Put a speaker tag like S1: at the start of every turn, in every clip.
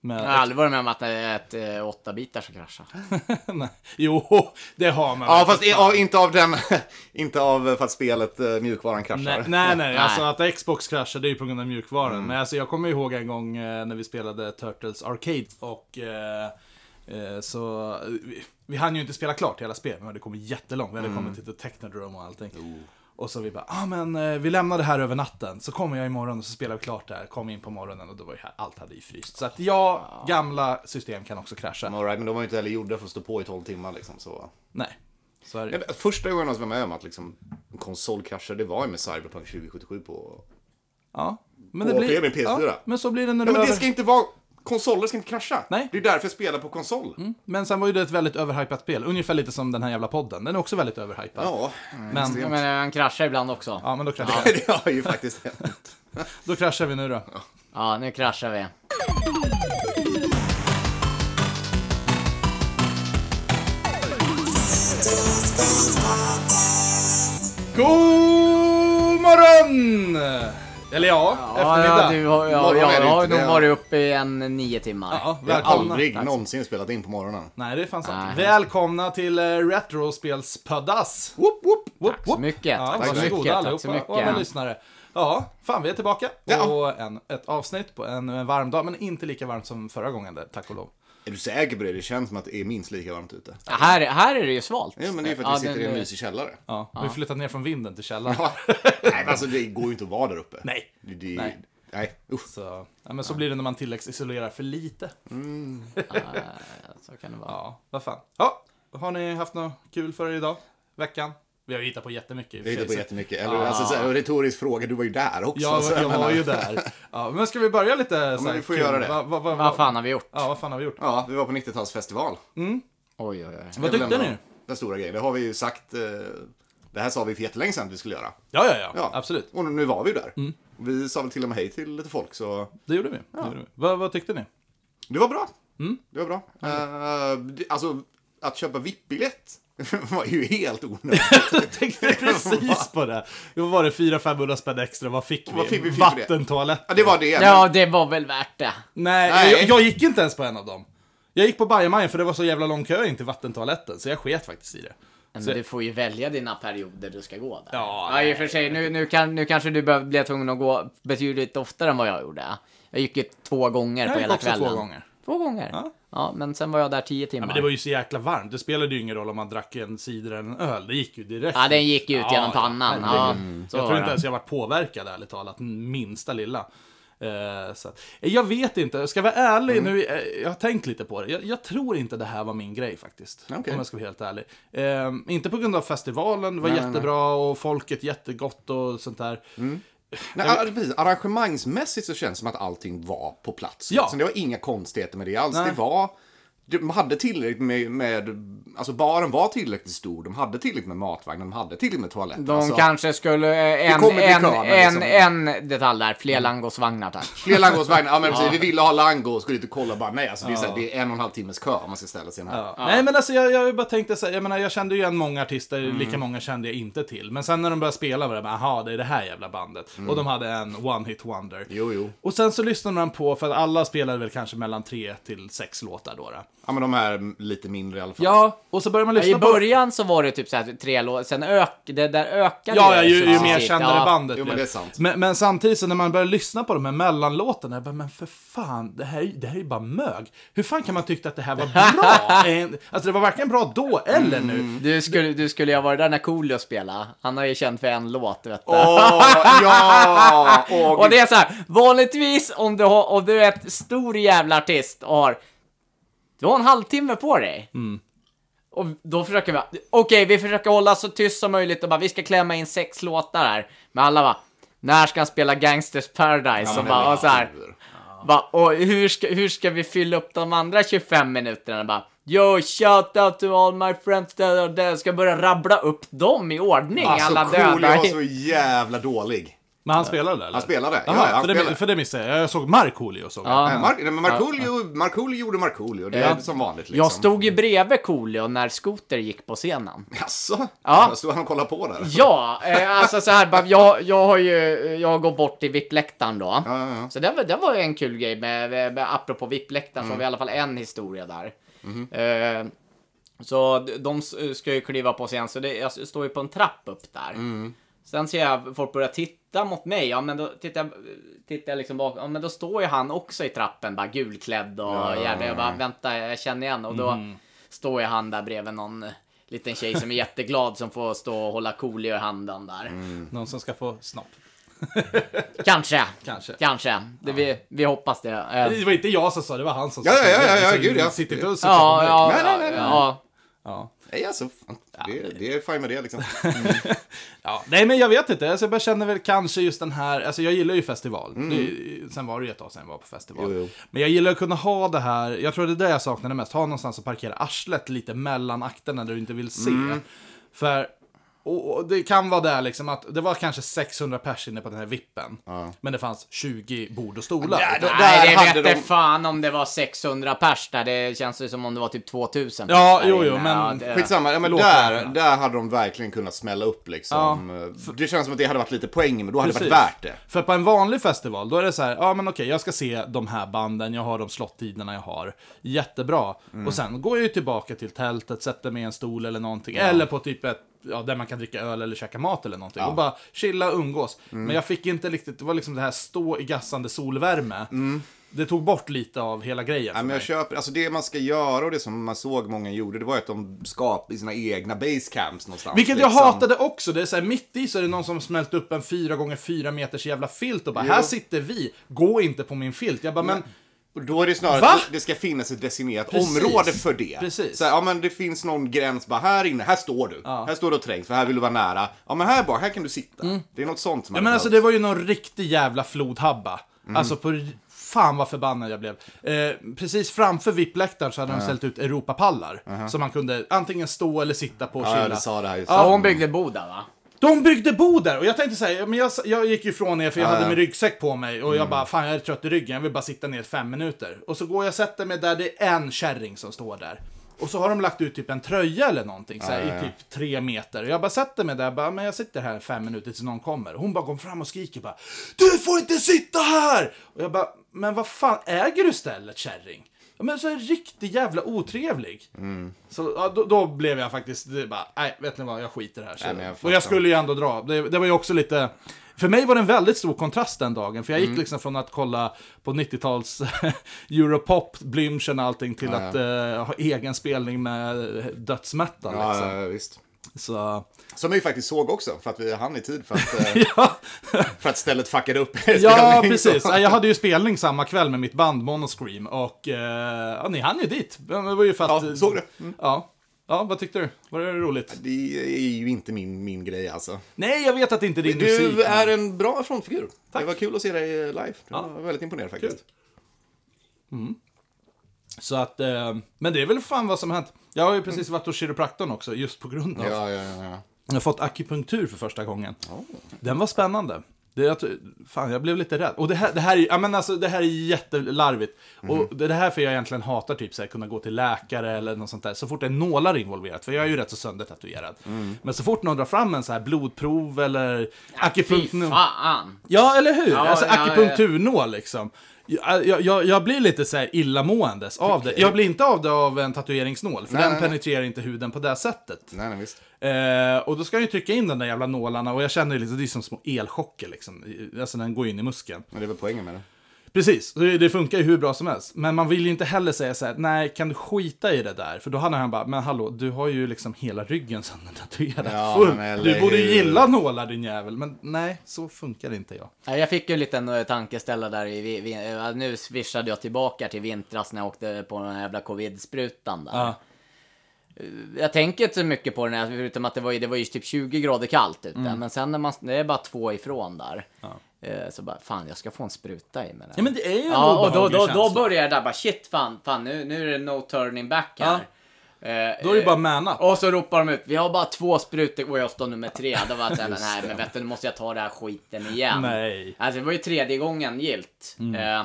S1: Med
S2: Jag har aldrig varit med om att det är ett eh, åtta bitar som kraschar.
S1: Nej. Jo, det har man.
S3: Ja, fast i, ja, inte av den... inte av eh, för att spelet, eh, mjukvaran kraschar.
S1: Nej, nej, nej,
S2: Nej.
S1: alltså att Xbox kraschade är ju på grund av mjukvaran. Men alltså jag kommer ihåg en gång eh, när vi spelade Turtles Arcade och eh, eh, så eh, vi, vi hann ju inte spela klart hela spelet, men det kom jättelångt. Vi hade kommit till Technodrome och allting. Och så vi bara, ah men eh, vi lämnar det här över natten, så kommer jag imorgon och så spelar vi klart det här. Kom in på morgonen och då var ju här, allt hade ju fryst. Så att ja, gamla system kan också krascha.
S3: All right, men de var ju inte heller gjorda för att stå på i 12 timmar liksom. Så.
S1: Nej, så är det
S3: Ja, men Första gången jag var med om att liksom, en konsol kraschar, det var ju med Cyberpunk 2077 på...
S1: Ja, men
S3: Åh, det är min PS4.
S1: Ja, men så blir det när du
S3: Nej, men det
S1: över-
S3: ska inte vara... Konsoler ska inte krascha.
S1: Nej. Mm.
S3: Det är därför jag spelar på konsol.
S1: Men sen var ju det ett väldigt överhypat spel, ungefär lite som den här jävla podden. Den är också väldigt överhypad.
S3: Ja, Mm.
S1: men,
S2: Men eh, han kraschar ibland också. Ja,
S1: ja, men då kraschar, vi.
S3: det har ju faktiskt hänt.
S1: då kraschar vi nu då. Ja.
S2: nu kraschar vi.
S1: God morgon! Eller ja,
S2: Ja, ja,
S1: eftermiddag.
S2: du, har- ja,
S3: Morgon
S2: ja,
S3: är det
S2: jag har
S3: inte,
S2: nog
S3: det-
S2: varit uppe i en nio timmar.
S1: Ja,
S3: Jag har
S1: välkomna.
S3: aldrig någonsin spelat in på morgonen.
S1: Nej, det är fan sant.
S2: Nej.
S1: Välkomna till eh, Retrospelspoddas. Whoop, whoop, whoop,
S2: Tack så mycket.
S1: Ja,
S2: Tack så
S1: varsågoda
S2: mycket. Tack så
S1: allihopa
S2: mycket.
S1: och alla lyssnare. Ja, fan vi är tillbaka.
S3: Ja.
S1: Och en, ett avsnitt på en, en varm dag, men inte lika varmt som förra gången, där, tack och lov.
S3: Är du säker på det? Det känns som att det är minst lika varmt ute.
S2: Ja, här, här är det ju svalt.
S3: Ja, men det är för att vi
S2: Ja,
S3: sitter i en
S2: den-
S3: mysig källare.
S1: Ja, vi flyttat ner från vinden till källaren.
S3: Nej, men alltså det går ju inte att vara där uppe.
S1: Nej.
S3: Det, det,
S1: Nej.
S3: nej. Usch.
S1: Så, ja, men så blir det när man tilläggsisolerar för lite.
S2: Ja, Så kan det vara.
S1: Ja, vad fan. Ja, har ni haft något kul för er idag? Veckan? Vi har ju hittat på jättemycket. i och för
S3: Jag hittar på
S1: sig, så-
S3: jättemycket. Eller, alltså, så här, retorisk fråga, du var ju där också.
S1: Ah. Ja,
S3: så
S1: jag,
S3: menar-
S1: var ju där. Ja, men ska vi börja lite så här
S3: vi får
S1: kul?
S3: göra det.
S1: Va, va, va,
S2: Vad fan har vi gjort?
S1: Ja, vad fan har vi gjort?
S3: Ja, vi var på 90-talsfestival.
S2: Oj, oj, oj.
S1: Vad
S3: Det är väl
S1: tyckte
S3: ändå
S1: ni?
S3: Den stora grejen. Det har vi ju sagt. Eh, det här sa vi för jättelänge sedan att vi skulle göra.
S1: Ja, ja, ja, Absolut. Mm.
S3: Och nu var vi ju där. Vi sa väl till och med hej till lite folk, så
S1: Det gjorde vi. Det gjorde vi. Vad, vad tyckte ni?
S3: det var bra.
S1: Mm.
S3: Det var bra. Eh, det, alltså, att köpa VIP-biljett var ju helt onödigt.
S1: Jag tänkte precis på det. Det var det 400-500 spänn extra. Vad fick vi?
S3: Vad fick vi för det?
S1: Vattentoalett.
S3: ja, det var det. men-
S2: Ja, det var väl värt det.
S1: Nej,
S3: Nej.
S1: Jag, jag gick inte ens på en av dem. Jag gick på Bajamajen för det var så jävla lång kö in till vattentoaletten, så jag sket faktiskt i det.
S2: Men
S1: Så-
S2: du får ju välja dina perioder du ska gå där.
S1: Ja,
S2: i och för sig. Nu, nu, kan, nu kanske du behöv- blev tvungen att gå betydligt oftare än vad jag gjorde. Jag gick ju två gånger
S1: Jag
S2: på
S1: gick
S2: hela
S1: också två
S2: kvällen.
S1: gånger.
S2: Två gånger?
S1: Ja.
S2: Ja. men sen var jag där tio timmar.
S1: Ja, men det var ju så jäkla varmt, det spelade ju ingen roll om man drack en cider eller en öl, det gick ju direkt.
S2: Ja, den gick ju ut genom pannan.
S1: herregud.
S2: Ja, mm. så
S1: jag
S2: var
S1: tror inte
S2: det.
S1: ens jag varit påverkad ärligt talat, minsta lilla. Eh, så att, eh, jag vet inte, ska jag vara ärlig
S2: Mm.
S1: nu, eh, jag har tänkt lite på det. Jag, jag tror inte det här var min grej faktiskt.
S3: Okej.
S1: Om jag ska vara helt ärlig. Eh, inte på grund av festivalen, det var jättebra och folket jättegott och sånt där.
S2: Mm.
S3: Nej, ar- precis. Arrangemangsmässigt så känns det som att allting var på plats.
S1: Ja.
S3: Liksom. det var inga konstigheter med det alls. Det var... De hade tillräckligt med, med... Alltså baren var tillräckligt stor. De hade tillräckligt med matvagn. De hade tillräckligt med toalett.
S2: De
S3: alltså,
S2: kanske skulle... eh, En,
S3: kommer bli
S2: en,
S3: kö, men
S2: en,
S3: liksom-
S2: en detalj där.
S1: Mm.
S2: Fler langosvagnar tack.
S3: Fler langosvagnar. Ja, men precis. Vi ville ha lango och skulle inte kolla bara. Nej, alltså det är, så här, det är en och en halv timmes kö om man ska ställa sig i den här.
S1: Nej men alltså jag, jag bara tänkte så här, jag menar jag kände ju igen många artister,
S3: Mm.
S1: lika många kände jag inte till. Men sen när de började spela var det bara, aha det är det här jävla bandet. Och de hade en One Hit Wonder.
S3: Mm. Jo, jo.
S1: Och sen så lyssnade man på, för att alla spelade väl kanske mellan tre till sex låtar då. då.
S3: Ja, men de här lite mindre i alla fall.
S1: Ja, och så började man lyssna
S2: I
S1: på...
S2: början så var det typ så här tre låtar, sen ök, det där ökade
S1: Ja, ja, ju, ju
S2: successivt.
S1: mer kändare
S2: Ja.
S1: bandet
S3: Jo, men
S1: blev.
S3: det är sant.
S1: Men, men samtidigt så när man började lyssna på de här mellanlåtarna, jag bara, men för fan, det här, är ju- det här är ju bara mög. Hur fan kan man tycka att det här var bra? Eh, alltså det var varken bra då eller nu.
S2: Du skulle, du skulle ju ha varit där när Coolio spelade. Han har ju känt för en låt, vet du.
S3: Åh, ja! Åh,
S2: Och
S3: gud.
S2: det är så här, vanligtvis om du, har, om du är ett stor jävla artist och har... Du har en halvtimme på dig.
S3: Mm.
S2: Och då försöker vi... Okej, vi försöker hålla så tyst som möjligt och bara vi ska klämma in sex låtar här. Men alla bara, när ska han spela Gangsters Paradise? och
S3: men
S2: bara, och så här,
S3: herregud.
S2: bara, och hur ska, hur ska vi fylla upp de andra 25 minuterna? Bara, Yo, shout out to all my friends that are there. Ska börja rabbla upp dem i ordning, alla
S3: Alltså,
S2: döda.
S3: Coolio var så jävla dålig.
S1: Men han spelade där, eller?
S3: Han spelade, ja,
S1: Jaha,
S3: ja, han
S1: för,
S3: spelade.
S1: Det, för det missade jag. Jag såg Markoolio såg jag.
S2: Ja.
S3: Nej, Mark- nej, men Markoolio Markoolio gjorde Markoolio. Det är
S2: Ja.
S3: som vanligt liksom.
S2: Jag stod ju bredvid Coolio när Scooter gick på scenen.
S3: Jaså?
S2: Ja.
S3: Ja. Stod han och kollade på där?
S2: Ja, eh, alltså så här, bara, jag, jag har ju, jag har gått bort till VIP-läktaren då.
S3: Ja, ja, ja.
S2: Så det var, det var ju en kul grej med, med, med apropå VIP-läktaren
S3: Mm.
S2: så har vi i alla fall en historia där.
S3: Mm-hmm.
S2: Eh, så d- de s- ska ju kliva på scen, så det, jag s- står ju på en trapp upp där.
S3: Mm.
S2: Sen ser jag folk börja titta mot mig, ja men då tittar jag, tittar jag liksom bakom, ja men då står ju han också i trappen bara gulklädd och
S3: Ja, Mm-hmm. ja,
S2: jävla, jag bara
S3: ja.
S2: vänta jag känner igen och då står ju han där bredvid någon liten tjej som är jätteglad som får stå och hålla Coolio i handen där.
S3: Mm.
S1: Någon som ska få snopp.
S2: Kanske,
S1: Kanske.
S2: kanske. Det, vi, vi hoppas det. Eh,
S1: Det var inte jag som sa det, det var han som
S3: Ja,
S1: sa det.
S3: ja, ja, ja,
S1: Så
S3: gud, ja.
S1: Sitt inte och
S2: Ja, ja,
S3: Nej, nej, nej, nej.
S2: ja.
S1: ja.
S3: Nej, alltså. Fan. Det, det är fine med det liksom.
S1: Ja, nej men jag vet inte, alltså, jag bara känner väl kanske just den här, alltså jag gillar ju festival. Det, sen var det ju ett tag sedan jag var på festival.
S3: Mm. Jo, jo.
S1: Men jag gillar att kunna ha det här, jag tror det är det jag saknade mest, ha någonstans att parkera arslet lite mellan akterna där du inte vill se.
S3: Mm.
S1: För och och det kan vara där liksom att det var kanske 600 pers inne på den här vippen. Men det fanns 20 bord och stolar.
S3: Ja, då-
S2: Nej, det
S3: Där hade
S2: vet de...
S3: de-
S2: fan om det var 600 pers där. Det känns ju som om det var typ 2000. pers
S1: Ja,
S2: där
S1: jo, jo,
S2: inne.
S1: men
S2: det...
S3: Skitsamma, ja, men
S1: Låt
S3: där,
S1: vara.
S3: där hade de verkligen kunnat smälla upp liksom. Det känns som att det hade varit lite poäng, men då hade det
S1: Precis.
S3: varit värt det.
S1: För på en vanlig festival, då är det så här, ja men okej, jag ska se de här banden, jag har de slottiderna jag har. Jättebra.
S3: Mm.
S1: Och sen går jag ju tillbaka till tältet, sätter mig i en stol eller någonting. Eller på typ ett, ja, där man kan dricka öl eller käka mat eller någonting. Och bara chilla, umgås.
S3: Mm.
S1: Men jag fick inte riktigt, det var liksom det här stå i gassande solvärme. Det tog bort lite av hela grejen för
S3: Nej, Mm. men jag
S1: mig.
S3: köper, alltså det man ska göra och det som man såg många gjorde, det var ju att de skapade sina egna basecamps någonstans.
S1: Vilket jag
S3: liksom.
S1: hatade också, det är så här, mitt i så är det någon som smält upp en 4x4 meters jävla filt och bara
S3: Jo.
S1: här sitter vi, gå inte på min filt. Jag bara men
S3: Och då är det snarare
S1: Va?
S3: att det ska finnas ett designerat
S1: Precis.
S3: område för det.
S1: Precis.
S3: Så här, ja men det finns någon gräns bara här inne, här står du. Här står du och trängs, för här vill du vara nära. Ja men här bara, här kan du sitta. Det är något sånt
S1: Mm. Ja,
S3: som hade
S1: men alltså det
S3: behövts. Mm.
S1: var ju någon riktig jävla flodhabba. Alltså på... Fan vad förbannad jag blev. Eh, precis framför VIP-läktaren så hade de ställt ut Europapallar. Som man kunde antingen stå eller sitta på och
S3: Ja, ja,
S1: chilla.
S3: du sa det här just
S2: ja, hon byggde bo där va?
S1: De byggde bo där och jag tänkte såhär, men jag, jag gick ju ifrån er för jag hade min ryggsäck på mig och
S3: Mm.
S1: jag bara, fan jag är trött i ryggen, jag vill bara sitta ner fem minuter. Och så går jag och sätter mig där, det är en kärring som står där. Och så har de lagt ut typ en tröja eller någonting såhär, i typ tre meter. Och jag bara sätter mig där, bara, men jag sitter här fem minuter tills någon kommer. Hon bara kom fram och skriker bara, du får inte sitta här! Och jag bara, men vad fan äger du stället kärring? Ja, Men så är riktigt jävla otrevlig.
S3: Mm.
S1: Så ja, då, då blev jag faktiskt, det är bara, nej vet ni vad, jag skiter här. Så.
S3: Nej, men jag
S1: och
S3: fattar.
S1: jag skulle ju ändå dra. Det, det var ju också lite, för mig var det en väldigt stor kontrast den dagen. För jag
S3: Mm.
S1: gick liksom från att kolla på 90-tals Europop, Blümchen och allting till att eh, ha egen spelning med eh, dödsmetal.
S3: Ja,
S1: liksom.
S3: ja, ja, visst.
S1: Så,
S3: Som vi faktiskt såg också, för att vi hann i tid för att, eh,
S1: ja.
S3: för att stället fuckade upp
S1: Ja,
S3: spelningen.
S1: precis. Ja, Jag hade ju spelning samma kväll med mitt band Monoscream och eh, ja, ni hann ju dit. Men Det var ju för att... eh,
S3: Ja, såg Mm. det.
S1: Ja. ja, vad tyckte du? Var det roligt?
S3: Det är ju inte min, min grej alltså.
S1: Nej, jag vet att det inte är din musik.
S3: Du är en bra frontfigur. Det var kul att se dig live. Jag var väldigt imponerad faktiskt.
S1: Så att, eh, men det är väl fan vad som har hänt. Jag har ju precis varit hos kiropraktorn också, just på grund av.
S3: Ja, ja, ja, ja.
S1: Jag har fått akupunktur för första gången. Den var spännande. Det, jag, tror- fan, jag blev lite rädd. Och det här, det här, är, ja, men alltså, det här är jättelarvigt. Och det är det här för jag egentligen hatar typ så här, kunna gå till läkare eller något sånt där. Så fort det är nålar involverat, för jag är ju rätt så söndertatuerad. Men så fort någon drar fram en så här blodprov eller
S2: Fy
S1: akupunktnål.
S2: fan.
S1: Ja, eller hur?
S2: Ja,
S1: alltså
S2: ja, ja.
S1: akupunkturnål liksom. Jag, jag- jag, jag blir lite så här illamåendes av det. Jag blir inte av det av en tatueringsnål, för
S3: Nej,
S1: den
S3: nej, nej.
S1: penetrerar inte huden på det sättet.
S3: Nej, nej, visst.
S1: Eh, och då ska jag ju trycka in de där jävla nålarna och jag känner ju lite, det är som små elchocker liksom. I- Alltså den går in i muskeln.
S3: Men det är väl poängen med det.
S1: Precis, det, det funkar ju hur bra som helst. Men man vill ju inte heller säga så här: nej kan du skita i det där? För då hade han bara, men hallå, du har ju liksom hela ryggen söndertatuerad
S3: Ja, men
S1: full.
S3: eller
S1: Du borde ju
S3: hur?"
S1: gilla nålar din jävel. Men nej, så funkar inte jag.
S2: Ja, Jag fick ju en liten eh, tankeställare där i, vi, vi, eh, nu swishade jag tillbaka till vintras när jag åkte på den här jävla covid-sprutan där.
S1: Ja.
S2: Jag tänker inte så mycket på den här, förutom att det var ju, det var ju typ 20 grader kallt ute.
S1: Mm.
S2: Men sen när man, det är bara två ifrån där. eh, Så bara, fan jag ska få en spruta i mig. där.
S1: Ja men det är ju en
S2: Ja, och då,
S1: obehaglig
S2: då, då
S1: känsla.
S2: börjar jag där bara shit fan, fan nu, nu är det no turning back här. Eh,
S1: Då är det
S2: eh,
S1: bara man up.
S2: Och så ropar de ut, vi har bara två sprutor och jag står nummer tre. Då var jag såhär, nej men vet du, nu måste jag ta den här skiten igen.
S1: Nej. Mm.
S2: Alltså det var ju tredje gången gilt. Eh,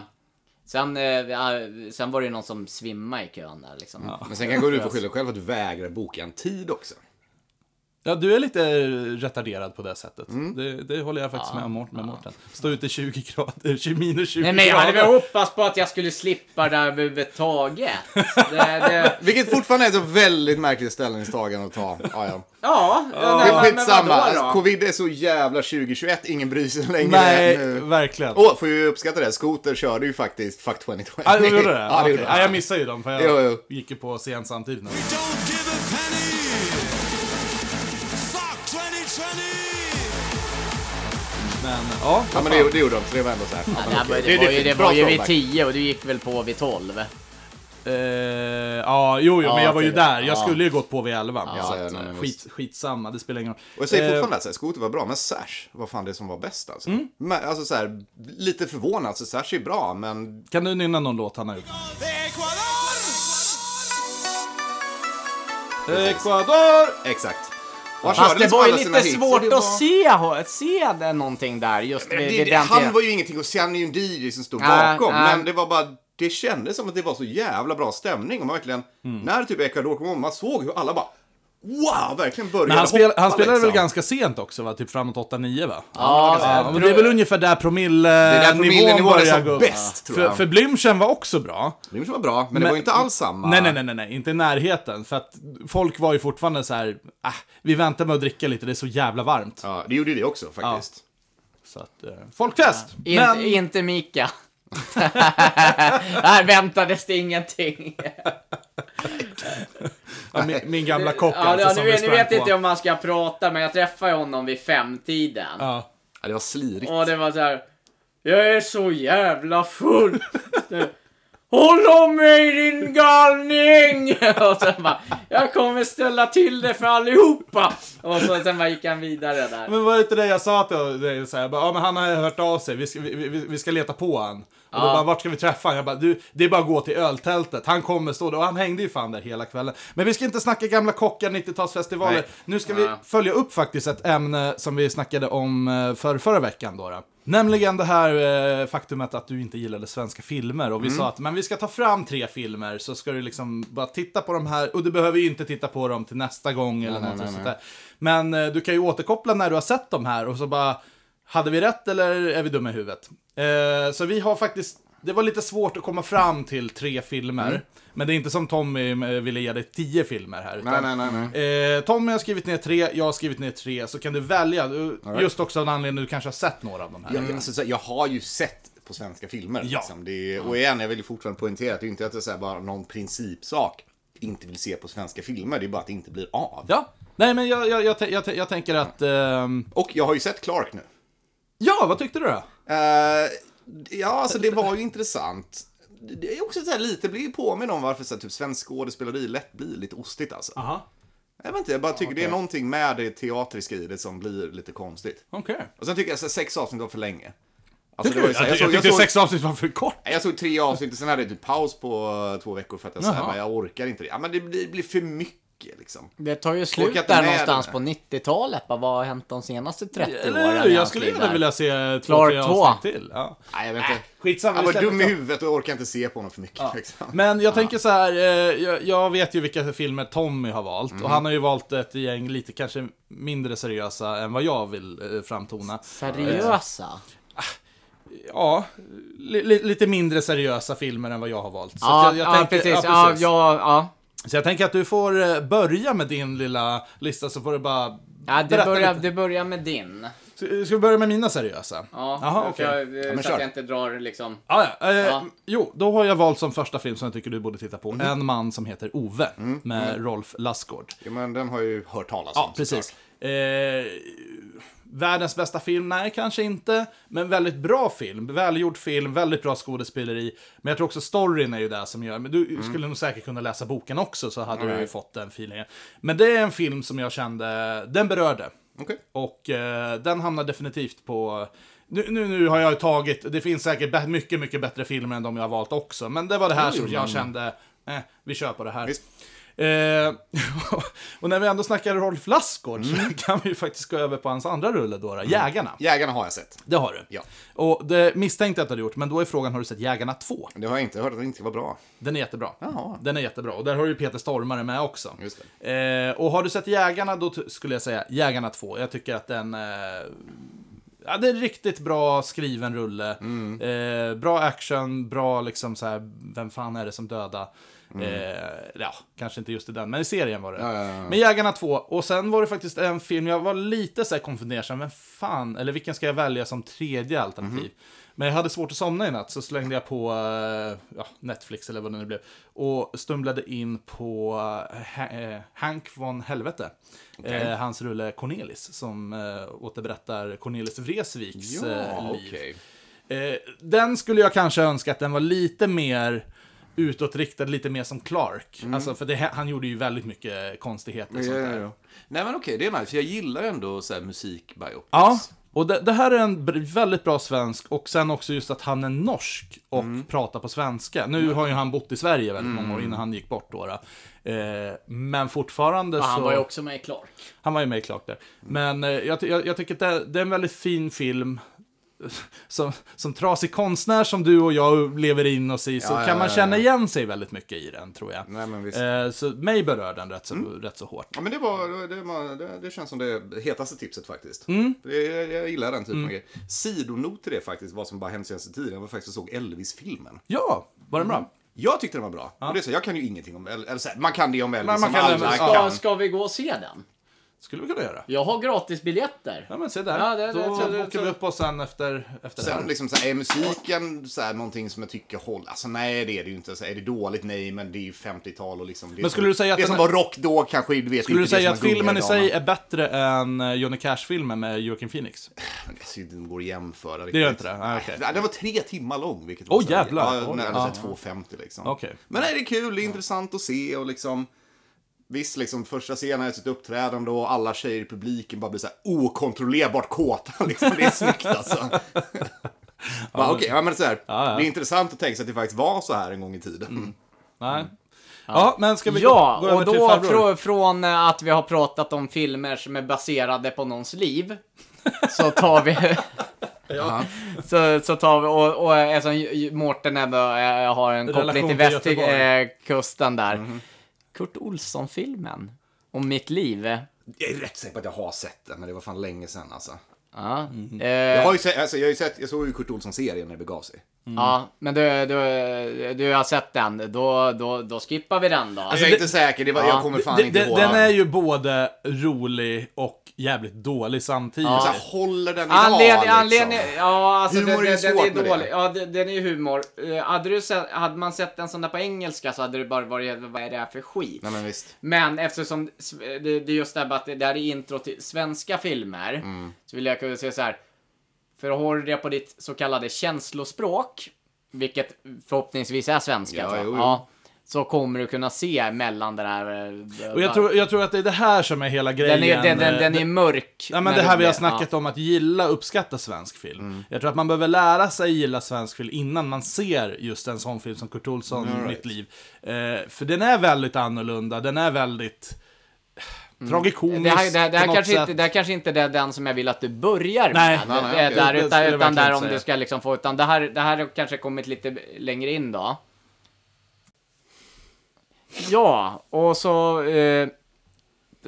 S2: sen, eh, ja, sen var det ju någon som svimmade i kön där liksom.
S3: Men sen kan du få skylla dig själv att du vägrar boka en tid också.
S1: Ja, du är lite retarderad på det sättet.
S3: Mm.
S1: Det, det håller jag faktiskt med om Mårt- med Mårten. Stå ute i 20 grader, 20 minus 20
S2: Nej men jag hade väl
S1: grader.
S2: hoppats på att jag skulle slippa det här överhuvudtaget. Det, det,
S3: Vilket fortfarande är ett så väldigt märkligt ställningstagande att ta. Ja, ja.
S2: ja, nej, men- men
S3: Skitsamma.
S2: vadå då?
S3: Alltså, Covid är så jävla 2021. Ingen bryr sig längre.
S1: Nej,
S3: nu.
S1: verkligen.
S3: Åh, får ju uppskatta det. Skoter körde ju faktiskt Fuck 2020.
S1: Ja, du gjorde det?
S3: Ja, det
S1: Okej.
S3: gjorde
S1: ja, jag
S3: han.
S1: missade ju dem för
S3: Jo,
S1: jag
S3: jo.
S1: gick ju på scen samtidigt. Nu.
S4: Don't give a penny. Fuck 2020.
S1: Men ja,
S3: Ja, men det, det gjorde de. Så det var ändå så här. Ja,
S2: Ja,
S3: men
S2: det, här var,
S3: okej.
S2: det, var ju, det
S3: fint. Bra
S2: var ju vid
S3: throwback.
S2: 10 och du gick väl på vid 12?
S1: eh, ja jo, jo men jag var ju
S3: okej då.
S1: där. Jag
S3: Ja.
S1: skulle ju gått på vid 11.
S3: Ja,
S1: så
S3: ja,
S1: att,
S3: nej, men
S1: skit, skitsamma, det spelar ingen roll. Eh,
S3: Och jag säger fortfarande att så här, skoter var bra, men Sash var fan det som var bäst alltså.
S1: Mm.
S3: Men, alltså så här, lite förvånad, alltså, Sash är bra, men
S1: Kan du nynna någon låt han har gjort?
S4: Ecuador!
S1: Ecuador!
S3: exakt. Och han
S2: Fast
S3: körde
S2: det
S3: liksom
S2: var ju
S3: alla sina
S2: lite
S3: hits, så
S2: svårt
S3: det
S2: att se, se det någonting där just vid,
S3: Det,
S2: vid
S3: det,
S2: den
S3: han
S2: tiden.
S3: var ju ingenting och sen är ju en DJ som stod
S2: Nej,
S3: bakom.
S2: nej.
S3: Men det var bara, det kändes som att det var så jävla bra stämning. Och man verkligen,
S1: Mm.
S3: när typ Ecuador kom om, man såg hur alla bara Wow, verkligen började
S1: Men han, spel, han
S3: hoppa,
S1: spelade
S3: liksom.
S1: väl ganska sent också va? Typ framåt 8-9 va?
S2: Ja,
S1: Ja,
S2: jag
S1: men
S2: tror-
S1: det är väl ungefär där
S3: där
S1: promillenivån
S3: promillenivån är
S1: börjar
S3: som
S1: gå upp.
S3: bäst, tror
S1: För,
S3: jag.
S1: för Blümchen var också bra.
S3: Det var bra, men, det
S1: Men-
S3: var ju inte alls samma.
S1: Nej, nej, nej, nej, nej, inte i närheten. För att folk var ju fortfarande så här, ah, vi väntar med att dricka lite, det är så jävla varmt.
S3: Ja, det gjorde ju det också faktiskt.
S1: Så att, eh, folkfest!
S2: Inte-
S1: Men,
S2: Inte Mika. Här väntades det ingenting.
S1: ja, min, min gamla kock
S2: Ja,
S1: alltså,
S2: ja,
S1: som
S2: nu,
S1: vi
S2: nu
S1: sprang
S2: vet
S1: på.
S2: inte jag om man ska prata, men jag träffade ju honom vid femtiden.
S1: Ja.
S3: Ja. det var slirigt.
S2: Och det var så här. Jag är så jävla full. Håll om mig din galning! Och sen bara, jag kommer ställa till det för allihopa! Och så, sen bara gick han vidare där.
S1: Men var det inte det jag sa till dig? Så här, bara, ja, men han har hört av sig, vi ska, vi, vi, vi ska leta på han. Och då
S2: Ja.
S1: bara, vart ska vi träffa han? Jag bara, du, det är bara att gå till öltältet. Han kommer stå där. Och han hängde ju fan där hela kvällen. Men vi ska inte snacka gamla kockar, 90-talsfestivaler.
S3: Nej.
S1: Nu ska
S2: Ja.
S1: vi följa upp faktiskt ett ämne som vi snackade om eh, för förra veckan. Då, då. Nämligen det här eh, faktumet att du inte gillade svenska filmer. Och vi
S3: Mm.
S1: sa att men vi ska ta fram tre filmer så ska du liksom bara titta på de här. Och du behöver ju inte titta på dem till nästa gång eller någonting sånt där. Men eh, du kan ju återkoppla när du har sett de här och så bara hade vi rätt eller är vi dumma i huvudet? Eh, så vi har faktiskt, det var lite svårt att komma fram till tre filmer. Men det är inte som Tommy eh, ville ge dig tio filmer här.
S3: Mm. Nej, nej, nej, nej.
S1: Eh, Tommy har skrivit ner tre, jag har skrivit ner tre, så kan du välja. Du, Just också av den anledningen du kanske har sett några av de här.
S3: Jag, jag- alltså, så här, jag har ju sett på svenska filmer.
S1: Ja.
S3: Liksom. Det är, och igen, jag vill ju fortfarande poängtera att det är inte att det är så här bara någon principsak inte vill se på svenska filmer, det är bara att det inte blir av.
S1: Ja. Nej, men jag, jag, jag, tän- jag, tän- jag tänker att... ehm,
S3: Och jag har ju sett Clark nu.
S1: ja, vad tyckte du då?
S3: Eh, ja, alltså det var ju intressant. Det är också så här lite, blir ju påminn om varför så här, typ svensk skådespeleri lätt blir lite ostigt alltså.
S1: Aha.
S3: Jag vet inte, jag bara tycker det är någonting med det teatriska i det som blir lite konstigt.
S1: Okej.
S3: Och sen tycker jag att sex avsnitt var för länge. Alltså,
S1: Tycker
S3: det var
S1: du?
S3: ju så här-
S1: Jag, jag,
S3: såg-
S1: tyckte
S3: såg-
S1: sex avsnitt var för kort.
S3: Nej, Jag såg tre avsnitt, sen hade jag typ paus på eh, två veckor för att jag, så här,
S1: Jaha.
S3: bara, jag orkar inte det. Ja, men det blir, blir för mycket liksom.
S2: Det tar ju slut
S3: Orkat
S2: där
S3: med
S2: någonstans
S3: det.
S2: på 90-talet. Bara, Vad har hänt de senaste 30 åren?
S1: Eller hur?
S2: i
S1: Jag
S2: hans
S1: skulle
S2: liv
S1: gärna
S2: där?
S1: vilja se två,
S2: Clark
S1: tre
S2: två.
S1: avsnitt till. Ja.
S3: Nej, jag vet inte.
S1: skitsamma,
S3: jag
S1: vi
S3: var
S1: släpper
S3: dum i
S1: det.
S3: huvudet och orkar inte se på honom för mycket. Liksom.
S1: Men jag tänker så här, eh, jag, jag vet ju vilka filmer Tommy har valt. Och han har ju valt ett gäng lite kanske mindre seriösa än vad jag vill eh, framtona.
S2: Seriösa?
S1: Ja, li, li, lite mindre seriösa filmer än vad jag har valt. Så
S2: Ja,
S1: att jag, jag
S2: ja,
S1: tänker,
S2: precis.
S1: ja,
S2: Ja,
S1: precis.
S2: ja, ja.
S1: Så jag tänker att du får eh, börja med din lilla lista så får du bara
S2: ja det,
S1: berätta
S2: börjar,
S1: lite.
S2: det börjar med din.
S1: Ska, ska vi börja med mina seriösa?
S2: Ja,
S1: Jaha,
S2: för
S1: okej.
S2: jag, eh,
S3: men
S2: så att
S3: kör.
S2: jag inte drar liksom...
S1: Ah, ja. Eh,
S2: Ja. Mhm.
S1: Jo, då har jag valt som första film som jag tycker du borde titta på. En man som heter Ove
S2: Mm.
S1: med Rolf Lassgård.
S3: Ja, men den har jag ju hört talas om.
S1: Ja, precis.
S3: såklart.
S1: Eh, världens bästa film? Nej, kanske inte. Men väldigt bra film. Välgjord film, väldigt bra skådespeleri. Men jag tror också storyn är ju det som gör... Men du skulle nog säkert kunna läsa boken också så hade du ju fått den feelingen. Men det är en film som jag kände, den berörde.
S3: Okej.
S1: Och eh, den hamnar definitivt på... Nu, nu, nu har jag ju tagit, det finns säkert bä- mycket, mycket bättre filmer än de jag har valt också. Men det var det här som jag kände, eh, vi kör på det här.
S3: Visst.
S1: Eh, och när vi ändå snackar Rolf Lassgård så kan vi ju faktiskt gå över på hans andra rulle då, då Jägarna.
S3: Jägarna har jag sett.
S1: Mm. Det har du.
S3: Ja.
S1: Och det misstänkte jag att du hade gjort, men då är frågan, har du sett Jägarna 2?
S3: Det har jag inte. Jag hörde att det inte var bra.
S1: Den är jättebra.
S3: Jaha.
S1: Den är jättebra. Och där har ju Peter Stormare med också.
S3: Just
S1: Eh, och har du sett Jägarna, då t- skulle jag säga Jägarna 2. Jag tycker att den... Eh, ja, det är en riktigt bra skriven rulle.
S3: Mm.
S1: Eh, bra action, bra liksom så här, vem fan är det som döda? Eh, ja, kanske inte just i den, men i serien var det.
S3: Mm. ja, ja.
S1: Men Jägarna 2, och sen var det faktiskt en film, jag var lite så här konfunderad, men fan, eller vilken ska jag välja som tredje alternativ?
S3: Mhm.
S1: Men jag hade svårt att somna i natt, så slängde jag på eh, ja, Netflix eller vad det nu blev. Och stumlade in på eh, Ha- eh, Hank von Helvete. Eh, hans rulle Cornelis, som eh, återberättar Cornelis Vreeswijks eh, liv.
S3: okej.
S1: Eh, den skulle jag kanske önska att den var lite mer utåtriktad, lite mer som Clark. Alltså, för det, han gjorde ju väldigt mycket konstigheter. och
S3: Mm. Ja,
S1: sånt
S3: ja,
S1: där.
S3: ja. Nej men okej, det är nice. För jag gillar ändå så här musikbiopics.
S1: Ja, och det, det här är en br- väldigt bra svensk och sen också just att han är norsk och
S3: Mm.
S1: pratar på svenska. Nu har ju han bott i Sverige väldigt många år innan han gick bort då. då. Eh, men fortfarande
S2: Och
S1: så...
S2: han var ju också med i Clark.
S1: Han var ju med i Clark där.
S3: Mm.
S1: Men eh, jag, ty- jag, jag tycker att det, det är en väldigt fin film. Som, som trasig konstnär som du och jag lever in oss i så
S3: Ja, ja,
S1: kan man
S3: ja,
S1: känna igen sig väldigt mycket i den tror jag.
S3: Nej, men visst. Mm.
S1: Eh, så mig berör den rätt så, rätt så hårt.
S3: Ja, men det, var, det, var, det, det känns som det hetaste tipset faktiskt.
S1: Mm.
S3: Det, jag, jag gillar den typen av grejer. Sidonot till det faktiskt, vad som bara hänt senaste tiden, var faktiskt såg Elvis-filmen.
S1: Ja, var den
S3: Mm.
S1: bra?
S3: Jag tyckte den var bra. Och det är så, jag kan ju ingenting om Elvis. Eller, så här, man kan det om Elvis
S1: man
S3: som
S1: kan
S3: alla
S1: Elvis,
S3: kan.
S2: Ska, ska vi gå och se den?
S1: Skulle vi kunna göra.
S2: Jag har gratisbiljetter.
S1: Ja men se där.
S2: Ja, det- det-
S1: Då
S2: det- det-
S1: bokar
S2: det-
S1: vi upp oss sen efter, efter det
S3: Sen
S1: här.
S3: liksom så här, är musiken så här, någonting som jag tycker håller? Alltså nej, det är det ju inte. Så här, är det dåligt? Nej, men det är ju 50-tal och liksom. Det
S1: Men
S3: som,
S1: skulle du säga att
S3: det
S1: den
S3: som
S1: är-
S3: var rock då kanske, du vet
S1: Skulle du
S3: inte det
S1: säga
S3: som
S1: att
S3: man gungar
S1: filmen i
S3: idag,
S1: sig
S3: men-
S1: är bättre än eh, Johnny Cash-filmen med Joaquin Phoenix?
S3: Alltså, det går att jämföra riktigt.
S1: Det gör inte det? Ah, okej.
S3: Den var tre timmar lång. Vilket
S1: Åh,
S3: var så här-
S1: jävlar.
S3: Ja,
S1: Oj.
S3: nära så här 2.50 liksom.
S1: Okej.
S3: Men nej, det är kul, det är intressant att se och liksom. Visst, liksom första scenen är sitt uppträdande och alla tjejer i publiken bara blir så här okontrollerbart kåta. Liksom. Det är snyggt alltså. Bara, Okej, ja, men så här,
S1: ja. Mm.
S3: det är intressant att tänka sig att det faktiskt var så här en gång i tiden.
S1: Nej. Ja, men ska vi gå-
S2: Mm. Ja,
S1: gå över
S2: och
S1: till
S2: då
S1: farbror?
S2: frå, från eh, att vi har pratat om filmer som är baserade på någons liv, så tar vi... så, så tar vi, och, och eh, eftersom J- J- Mårten ändå eh, har en
S1: Relation
S2: koppling till
S1: till Göteborg. Mhm.
S2: västkusten där. Kurt Olsson-filmen, Om mitt liv. eh,
S3: Jag är rätt säker på att jag har sett den, men det var fan länge sedan alltså.
S2: Ja,
S1: Mhm.
S2: eh,
S3: Jag, har ju sett, alltså, jag, har ju sett, jag såg ju Kurt Olsson-serien när det begav sig.
S2: ja men du, du, du har sett den, då, då, då skippar vi den då.
S3: Alltså, jag är inte säker, det var, jag kommer fan
S1: Det-
S3: inte
S1: det-
S3: ihåg.
S1: Den är ju både rolig och jävligt dålig samtidigt.
S3: Så
S1: Ja.
S3: här, håller den idag
S2: Anledning,
S3: liksom?
S2: anledning, ja alltså
S3: Humor
S2: den,
S3: är ju
S2: den, den
S3: svårt
S2: är
S3: med det.
S2: dålig. Ja, den, den är ju humor. Eh, hade, du sett, hade man sett en sån där på engelska så hade det bara varit, vad är det här för skit?
S3: Nej men visst.
S2: Men eftersom s- det, det är just det här med att det där är intro till svenska filmer,
S3: Mm.
S2: så vill jag kunna säga så här. För har du det på ditt så kallade känslospråk, vilket förhoppningsvis är svenska,
S3: Ja,
S2: tror jag.
S3: jo, jo.
S2: Ja, så kommer du kunna se mellan det här... eh,
S1: Och jag tror, jag tror att det är det här som är hela grejen.
S2: den, är, den, den, den är mörk.
S1: Ja, men
S2: men
S1: det här vi har
S2: ja. Mm.
S1: snackat om, att gilla och uppskatta svensk film. Jag tror att man behöver lära sig gilla svensk film innan man ser just en sån film som Kurt Olsson, Mitt liv. Eh, för den är väldigt annorlunda, den är väldigt eh, tragikomisk
S2: Mm. Det här, det, här, det,
S1: på
S2: här
S1: något
S2: kanske
S1: sätt.
S2: inte, det här kanske inte är den som jag vill att du börjar
S1: Nej.
S2: med.
S1: Nej,
S2: eh,
S3: nej,
S2: där,
S3: okej.
S1: Det skulle
S2: utan
S1: jag
S2: utan där
S1: verkligen
S2: om
S1: säga.
S2: du ska liksom få, utan det här, det här har kanske kommit lite längre in då. Ja, och så eh,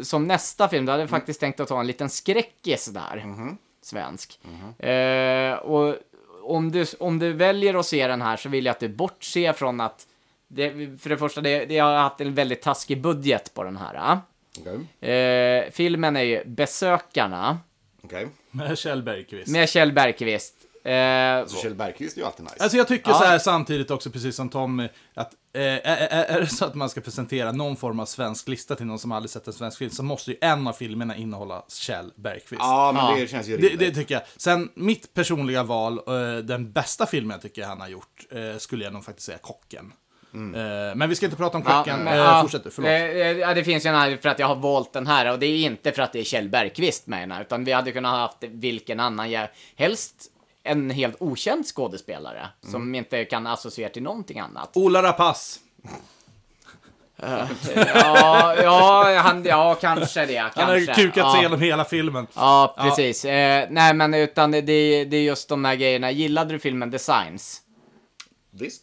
S2: som nästa film, då hade jag
S1: Mm.
S2: faktiskt tänkt att ta en liten skräckis där.
S1: Mm-hmm.
S2: Svensk. Eh, och om du, om du väljer att se den här så vill jag att du bortser från att det, för det första, det, det har haft en väldigt taskig budget på den här. eh.
S3: Okej.
S2: Eh, filmen är ju Besökarna
S3: Okej.
S1: Med Kjell Bergqvist.
S2: med Kjell Bergqvist. Eh,
S3: Så Kjell Bergqvist är ju alltid nice.
S1: Alltså jag tycker
S2: Ja.
S1: så här samtidigt också, precis som Tommy, att eh, är, är är det så att man ska presentera någon form av svensk lista till någon som aldrig sett en svensk film så måste ju en av filmerna innehålla Kjell Bergqvist.
S3: ja, men
S2: Alltså, Ja.
S3: det känns ju
S1: Det,
S3: rimligt.
S1: det tycker jag. Sen, mitt personliga val, eh, den bästa filmen jag tycker han har gjort, eh, skulle jag nog faktiskt säga Kocken. Eh, men vi ska inte prata om Kocken.
S2: men,
S1: eh,
S2: Mm. ja,
S1: fortsätt du, förlåt.
S2: eh, eh, Ja, det finns ju en anledning för att jag har valt den här och det är inte för att det är Kjell Bergqvist med den här, utan vi hade kunnat ha haft vilken annan, jag, helst en helt okänd
S1: Mm.
S2: skådespelare som inte kan associera till någonting annat.
S1: Ola Rapace.
S2: Ja, ja, han, ja kanske det. Kanske.
S1: Han har ju kukat
S2: ja.
S1: sig genom hela filmen.
S2: Ja, precis. Eh, nej, men utan det, det, det är just de där grejerna. Gillade du filmen Designs?
S3: Visst.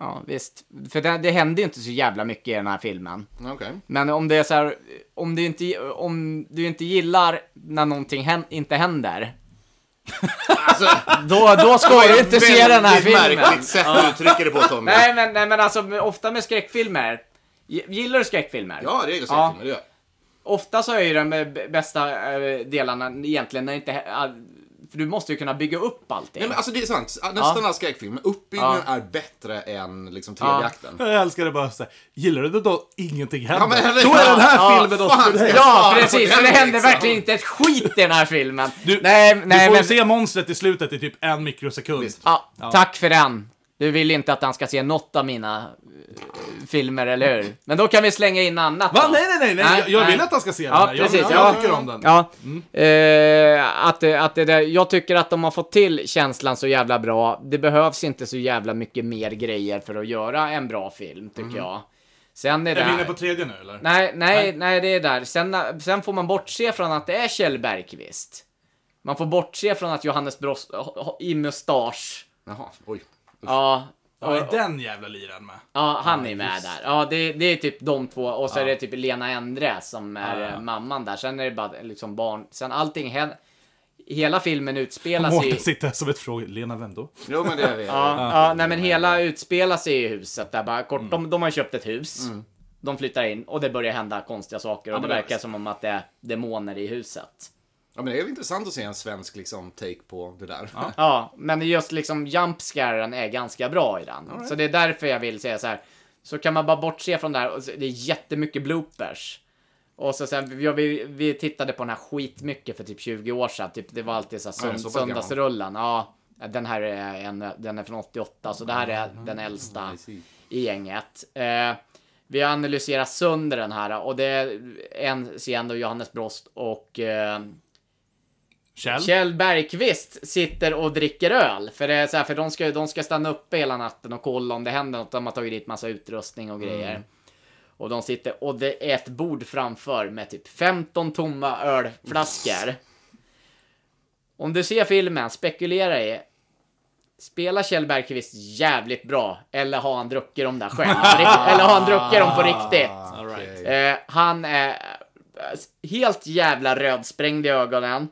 S2: Ja, visst. För det, det hände ju inte så jävla mycket i den här filmen.
S3: Okej.
S2: Men om det är så här, om du inte, om du inte gillar när någonting hän, inte händer,
S3: Alltså,
S2: då, då ska du inte se den här
S3: Väldigt
S2: filmen.
S3: märkligt sätt du uttrycker det på Tommy.
S2: Nej men, nej, men alltså med- ofta med skräckfilmer. G- Gillar du skräckfilmer?
S3: Ja, det är ju
S2: Ja.
S3: filmer, det gör jag.
S2: Ofta så är ju de b- bästa eh, delarna egentligen när inte... hä- all- För du måste ju kunna bygga upp allting.
S3: Nej, men alltså det är sant. Nästan alla skräckfilmer, uppbyggnaden är bättre än liksom tredje
S2: Ja.
S3: akten.
S1: Jag älskar det bara såhär, gillar du det då ingenting händer?
S3: Ja, men-
S1: då är den här
S2: Ja,
S1: filmen
S3: fan,
S1: också för dig!
S3: ska jag
S2: Ja,
S3: alltså, fan,
S2: precis!
S3: på
S2: För det
S3: den
S2: händer
S3: liksom.
S2: verkligen inte ett skit i den här filmen.
S1: Du,
S2: nej,
S1: du
S2: nej,
S1: får
S2: men...
S1: ju se monstret i slutet i typ en mikrosekund.
S3: Visst.
S2: Ja, Tack för den. Du vill inte att han ska se något av mina eh, filmer, eller hur? Men då kan vi slänga in annat
S1: Va?
S2: då.
S1: Nej, nej, nej, nej. Jag, jag
S2: nej.
S1: vill att han Mm. ska se
S2: Ja,
S1: den här.
S2: precis,
S1: jag,
S2: ja.
S1: jag tycker om den.
S2: Ja, eh, att, det- att det där, jag tycker att de har fått till känslan så jävla bra. Det behövs inte så jävla mycket mer grejer för att göra en bra film, tycker jag. Sen är det...
S1: Mm. Är vi inne på tredje nu eller?
S2: Nej, nej,
S1: Nej.
S2: nej, det är där. Sen, sen får man bortse från att det är Kjell Bergqvist. Man får bortse från att Johannes Brost ha- ha- i mustasch.
S3: Jaha, oj.
S2: Ja,
S1: Ja, är den jävla liraren med?
S2: ja, han är med där. Ja, det, det är typ de två och så är det typ Lena Endre som är eh, mamman där. Sen är det bara liksom barn. Sen allting händer. Hela filmen utspelas Alltså, i...
S1: Mårten sitter här som ett fråge. Lena, vem då?
S3: Jo, men det är det.
S2: Ja, ja, nej men hela utspelar sig i huset där bara kort. De, de har köpt ett hus. De flyttar in och det börjar hända konstiga saker och det
S3: men det är
S2: verkar som om att det är demoner i huset.
S3: Ja, men det är ju intressant att se en svensk liksom, take på det där.
S2: Ja, men just liksom jumpscaren är ganska bra i den. Så det är därför jag vill säga så här. Så kan man bara bortse från det här. och så- Det är jättemycket bloopers. Och så sen, vi, vi, vi tittade på den här skitmycket för typ 20 år sedan. Typ, det var alltid så här
S3: Ja, den
S2: sönd-
S3: är så pass gammal.
S2: söndagsrullen. Ja, den här är, en, den är från 88, så det här är den äldsta
S3: I see.
S2: i gänget. Eh, vi har analyserat sönder den här och det är en scen då Johannes Brost och eh,
S1: Kjell?
S2: Kjell Bergqvist sitter och dricker öl. För det är så här, för de ska, de ska stanna uppe hela natten och kolla om det händer något. De har tagit dit massa utrustning och grejer. Och de sitter, och det är ett bord framför med typ 15 tomma ölflaskor. Om du ser filmen, spekulera i Spelar Kjell Bergqvist jävligt bra? Eller har han druckit dem där själv? eller har han druckit dem på
S3: Ah,
S2: riktigt?
S1: All right.
S2: Eh, han är eh, helt jävla rödsprängd i ögonen.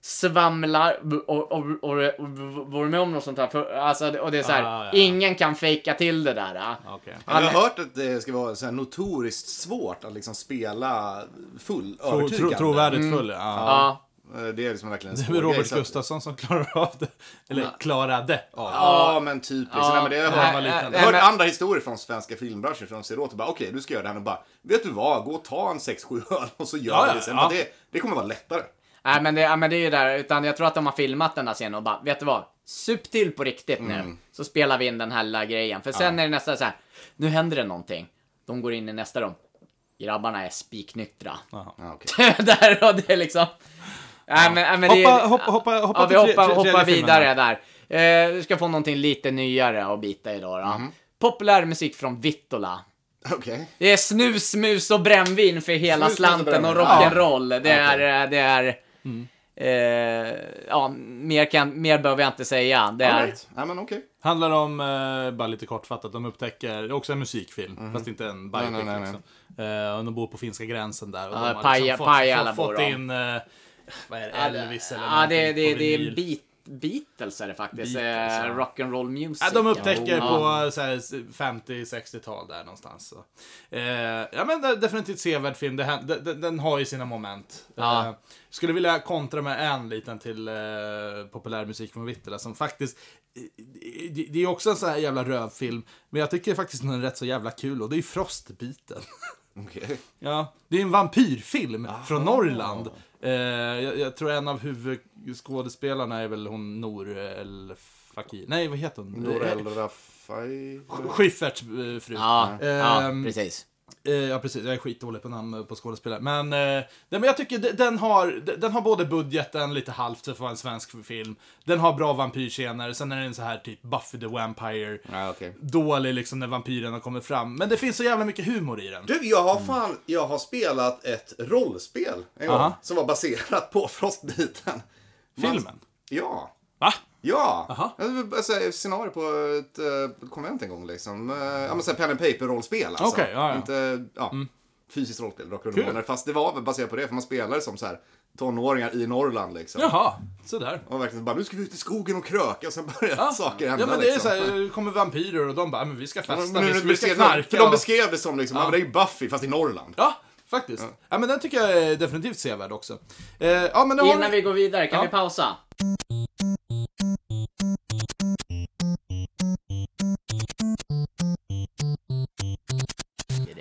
S2: Svamlar och, och, och, och, och vore med om något sånt här. För, alltså, och det är så här,
S1: Ah, ja.
S2: ingen kan fejka till det där. eh.
S1: Okej.
S3: Jag har hört att det ska vara så här notoriskt svårt att liksom spela full
S1: Tro,
S3: övertygande.
S1: tro, trovärdigt full, ja.
S2: Mm. Ja.
S3: Eh, Det är liksom verkligen en
S1: Det
S3: svår
S1: är väl Robert
S3: grej, så att-
S1: Gustafsson som klarar av det. Eller klarade av det.
S3: Ja, men typ. Liksom. Nej, men det har jag
S1: Ja,
S3: hört.
S1: var liten.
S2: eh,
S3: Jag
S2: nej,
S3: har hört
S2: men-
S3: andra historier från svenska filmbranschen som ser åt och bara okej, du ska göra det här nu bara. Vet du vad, gå och ta en 6-7 öl och så gör
S1: Ja,
S3: vi det sen.
S1: ja.
S3: För Det, det kommer vara lättare.
S2: Nej men, det, ja, men det är ju där, utan jag tror att de har filmat den där scenen och bara, vet du vad? Sup till på riktigt nu,
S3: Mm.
S2: så spelar vi in den här lilla grejen. För sen är det nästan så här, nu händer det någonting. De går in i nästa rum. Grabbarna är spiknyktra.
S3: Ja, okej.
S2: där och det är liksom... Nej, men, nej, men det,
S1: Hoppa- hoppa- hoppa- hoppa
S2: ja, vi
S1: till tre- tre-
S2: hoppar,
S1: tredje
S2: hoppar
S1: filmen
S2: vidare där. Eh, du ska få någonting lite nyare att bita idag då.
S1: Mhm.
S2: Populär musik från Vittola.
S3: Okej.
S2: Det är snus, mus och brännvin för hela
S3: Snus, mus och
S2: slanten och
S3: brännvin.
S2: rock'n'roll. Det är... eh, Det är
S1: Mm.
S2: eh, ja, mer, kan, mer behöver jag inte säga. Det
S3: All
S2: är...
S3: right. Nej, men okej.
S1: Handlar om, eh, bara lite kortfattat, de upptäcker, det är också en musikfilm, fast inte en biopic
S3: Mhm. Nej, nej, nej, nej.
S1: liksom. Eh, och de bor på finska gränsen där. Och
S2: Ja,
S1: de har
S2: Paja-
S1: liksom
S2: Pajala
S1: fått,
S2: bor
S1: fått, fått
S2: de.
S1: in, eh, vad är det, Elvis eller
S2: Ja, det,
S1: någonting
S2: det,
S1: på
S2: det är
S1: vinyl.
S2: beat, Beatles är det faktiskt.
S1: Beatles,
S2: eh,
S1: ja.
S2: rock'n'roll music.
S1: Ja, de upptäcker
S2: Ja.
S1: på så här, 50-60-tal där någonstans. Så. Eh, ja men det- definitivt sevärd film, det, hän- den, den- den har ju sina moment.
S2: Ja.
S1: Eh, skulle vilja kontra med en liten till eh, populär musik från Vittula som faktiskt, eh, det, det är också en sån här jävla rövfilm, men jag tycker faktiskt den är rätt så jävla kul och det är ju Frostbiten.
S3: Okej.
S1: Ja, det är en vampyrfilm från Norrland. Eh, jag, jag tror en av huvudskådespelarna är väl hon Nor El Fakir. Nej, vad heter hon?
S3: Norell Rafai...
S1: Schyfferts eh, fru.
S2: Ja, ja,
S1: Ehm,
S2: precis.
S1: Eh, ja, precis. Jag är skitdålig på namn eh, på skådespelare. Men, eh, nej, men jag tycker de- den har, de- den har både budgeten, lite halvt för att vara en svensk film. Den har bra vampyrscener, sen är den så här typ Buffy the Vampire.
S3: Ja, okej.
S1: Dålig liksom när vampyrerna kommer fram. Men det finns så jävla mycket humor i den.
S3: Du, jag har fan, jag har spelat ett rollspel en gång
S1: Aha.
S3: som var baserat på Frostbiten. Man-
S1: Filmen?
S3: Ja.
S1: Va?
S3: Ja!
S1: Aha.
S3: Alltså, ett scenario på ett eh, konvent en gång liksom. Eh, Ja men såhär pen and paper-rollspel alltså.
S1: Okej, ja, ja.
S3: Inte, ja. Fysiskt rollspel, Drakar och
S1: Kul.
S3: Demoner. Fast det var väl baserat på det, för man spelade som så här tonåringar i Norrland liksom.
S1: Jaha, sådär.
S3: Och verkligen bara, nu ska vi ut i skogen och kröka och sen börjar saker hända
S1: Ja men det är
S3: liksom.
S1: så här, det kommer vampyrer och de bara, men vi ska
S3: Ja, men
S1: festa,
S3: nu-
S1: vi,
S3: nu
S1: ska- vi ska
S3: beskrev-
S1: knarka.
S3: För de
S1: och-
S3: beskrev det som liksom, ja. men det är ju Buffy fast i Norrland.
S1: Ja, faktiskt. Ja. men den tycker jag är definitivt sevärd också. Eh, ja, men då har
S2: Innan vi går vidare, kan
S1: Ja.
S2: vi pausa?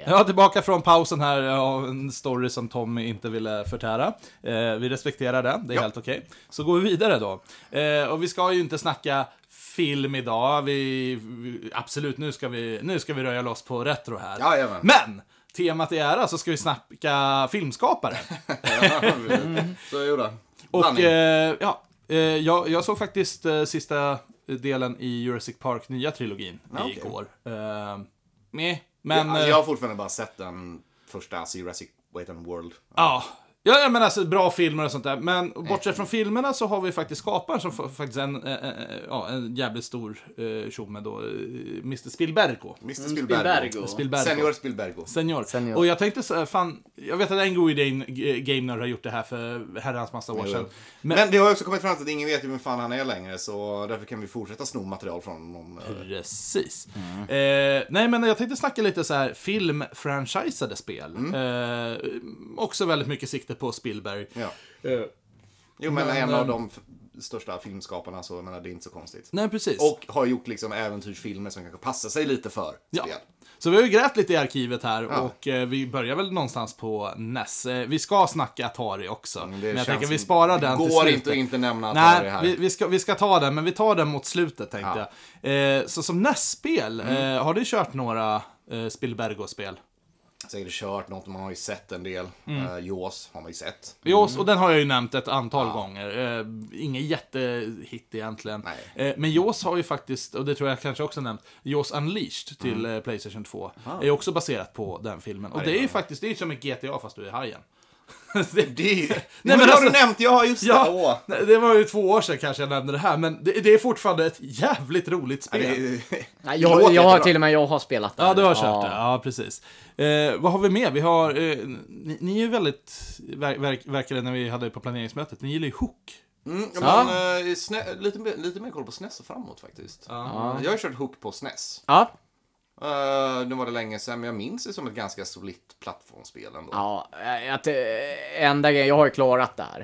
S1: Ja, tillbaka från pausen här eh, av en story som Tom inte ville förtära. Eh, vi respekterar den, det är helt okej. Så går vi vidare då. Eh, och vi ska ju inte snacka film idag. Vi, vi, absolut, nu ska vi, nu ska vi röja loss på retro här.
S3: Jajamän.
S1: Men! Temat i ära så ska vi snacka filmskapare. Mm.
S3: så gjorde han.
S1: Och
S3: Blandning.
S1: eh, ja, eh, jag, jag såg faktiskt eh, sista delen i Jurassic Park nya trilogin
S3: Ja, okej.
S1: igår. Eh, meh, men...
S3: alltså,
S1: eh,
S3: jag har fortfarande bara sett den första, alltså Jurassic Wait and World.
S1: Ja. Ja, ja, men alltså bra filmer och sånt där. Men bortsett från filmerna så har vi faktiskt skaparen som fa- faktiskt är en, eh, eh, ja, en jävligt stor eh, tjomme då. eh, Mr Spielbergo.
S3: Mr
S2: Spielbergo.
S3: Spielbergo.
S1: Spielbergo.
S3: Senior Spielbergo.
S1: Senior.
S2: Senior.
S1: Och jag tänkte så här, fan, jag vet att Angry Game- G- eh, Game Nerd har gjort det här för herrans massa år
S3: Jo, jo.
S1: sedan.
S3: Men,
S1: Men,
S3: det har ju också kommit fram till att ingen vet ju vem fan han är längre, så därför kan vi fortsätta sno material från honom. eh,
S1: Precis.
S3: Mm.
S1: Eh, nej, men jag tänkte snacka lite så här filmfranchisade spel.
S3: Mm.
S1: Eh, också väldigt mycket sikte på Spielberg.
S3: Ja.
S1: Eh,
S3: Jo, men, eh,
S1: Men,
S3: en av
S1: ehm,
S3: de f- största filmskaparna, så jag menar, det är inte så konstigt.
S1: nej, precis.
S3: Och har gjort liksom äventyrsfilmer som kanske passar sig lite för
S1: Ja.
S3: spel.
S1: Så vi har ju grävt lite i arkivet här och eh, vi börjar väl någonstans på NES. Eh, vi ska snacka Atari också. men jag
S3: Mm, känns
S1: tänker vi
S3: som-
S1: sparar
S3: det
S1: den till
S3: går
S1: slutet.
S3: inte att inte nämna Atari
S1: Nej,
S3: här.
S1: vi, vi, ska, vi ska ta den, men vi tar den mot slutet tänkte
S3: Ja. Mm.
S1: jag. Eh, så som NES-spel, eh, har du kört några eh, Spielbergo-spel?
S3: Säkert kört något, man har ju sett en del. Eh, Jaws har man ju sett.
S1: Jo, och den har jag ju nämnt ett antal gånger. Eh, ingen jättehit egentligen.
S3: Nej.
S1: Eh, men Jaws har ju faktiskt, och det tror jag kanske också nämnt, Jaws Unleashed till eh, Playstation 2. Är ju också baserat på den filmen. Och det är ju faktiskt, det är ju som ett GTA fast du är hajen. det,
S3: Det är ju... Nej,
S1: men
S3: men det har
S1: alltså-
S3: du nämnt, ja just det. Åh.
S1: ja, nej, det var ju två år sedan kanske jag nämnde det här, men det, det är fortfarande ett jävligt roligt spel.
S2: Nej,
S3: Det låter
S2: jag, jag har
S3: jättebra.
S2: till och med jag har spelat det.
S1: Ja, du har kört det. Ja, precis. Eh, vad har vi mer? Vi har... Eh, ni, ni är ju väldigt... Ver, verk, verkade när vi hade det på planeringsmötet. Ni gillar ju Hook.
S3: Mm, ja,
S2: Ja.
S3: men, eh, snä, lite, mer- lite mer koll på SNES och framåt faktiskt. Jag har kört Hook på SNES.
S2: Ja.
S3: Uh, nu var det länge sedan, men jag minns det som ett ganska solitt plattformsspel ändå.
S2: Ja, eh, att, eh, enda grejen, jag har ju klarat det här.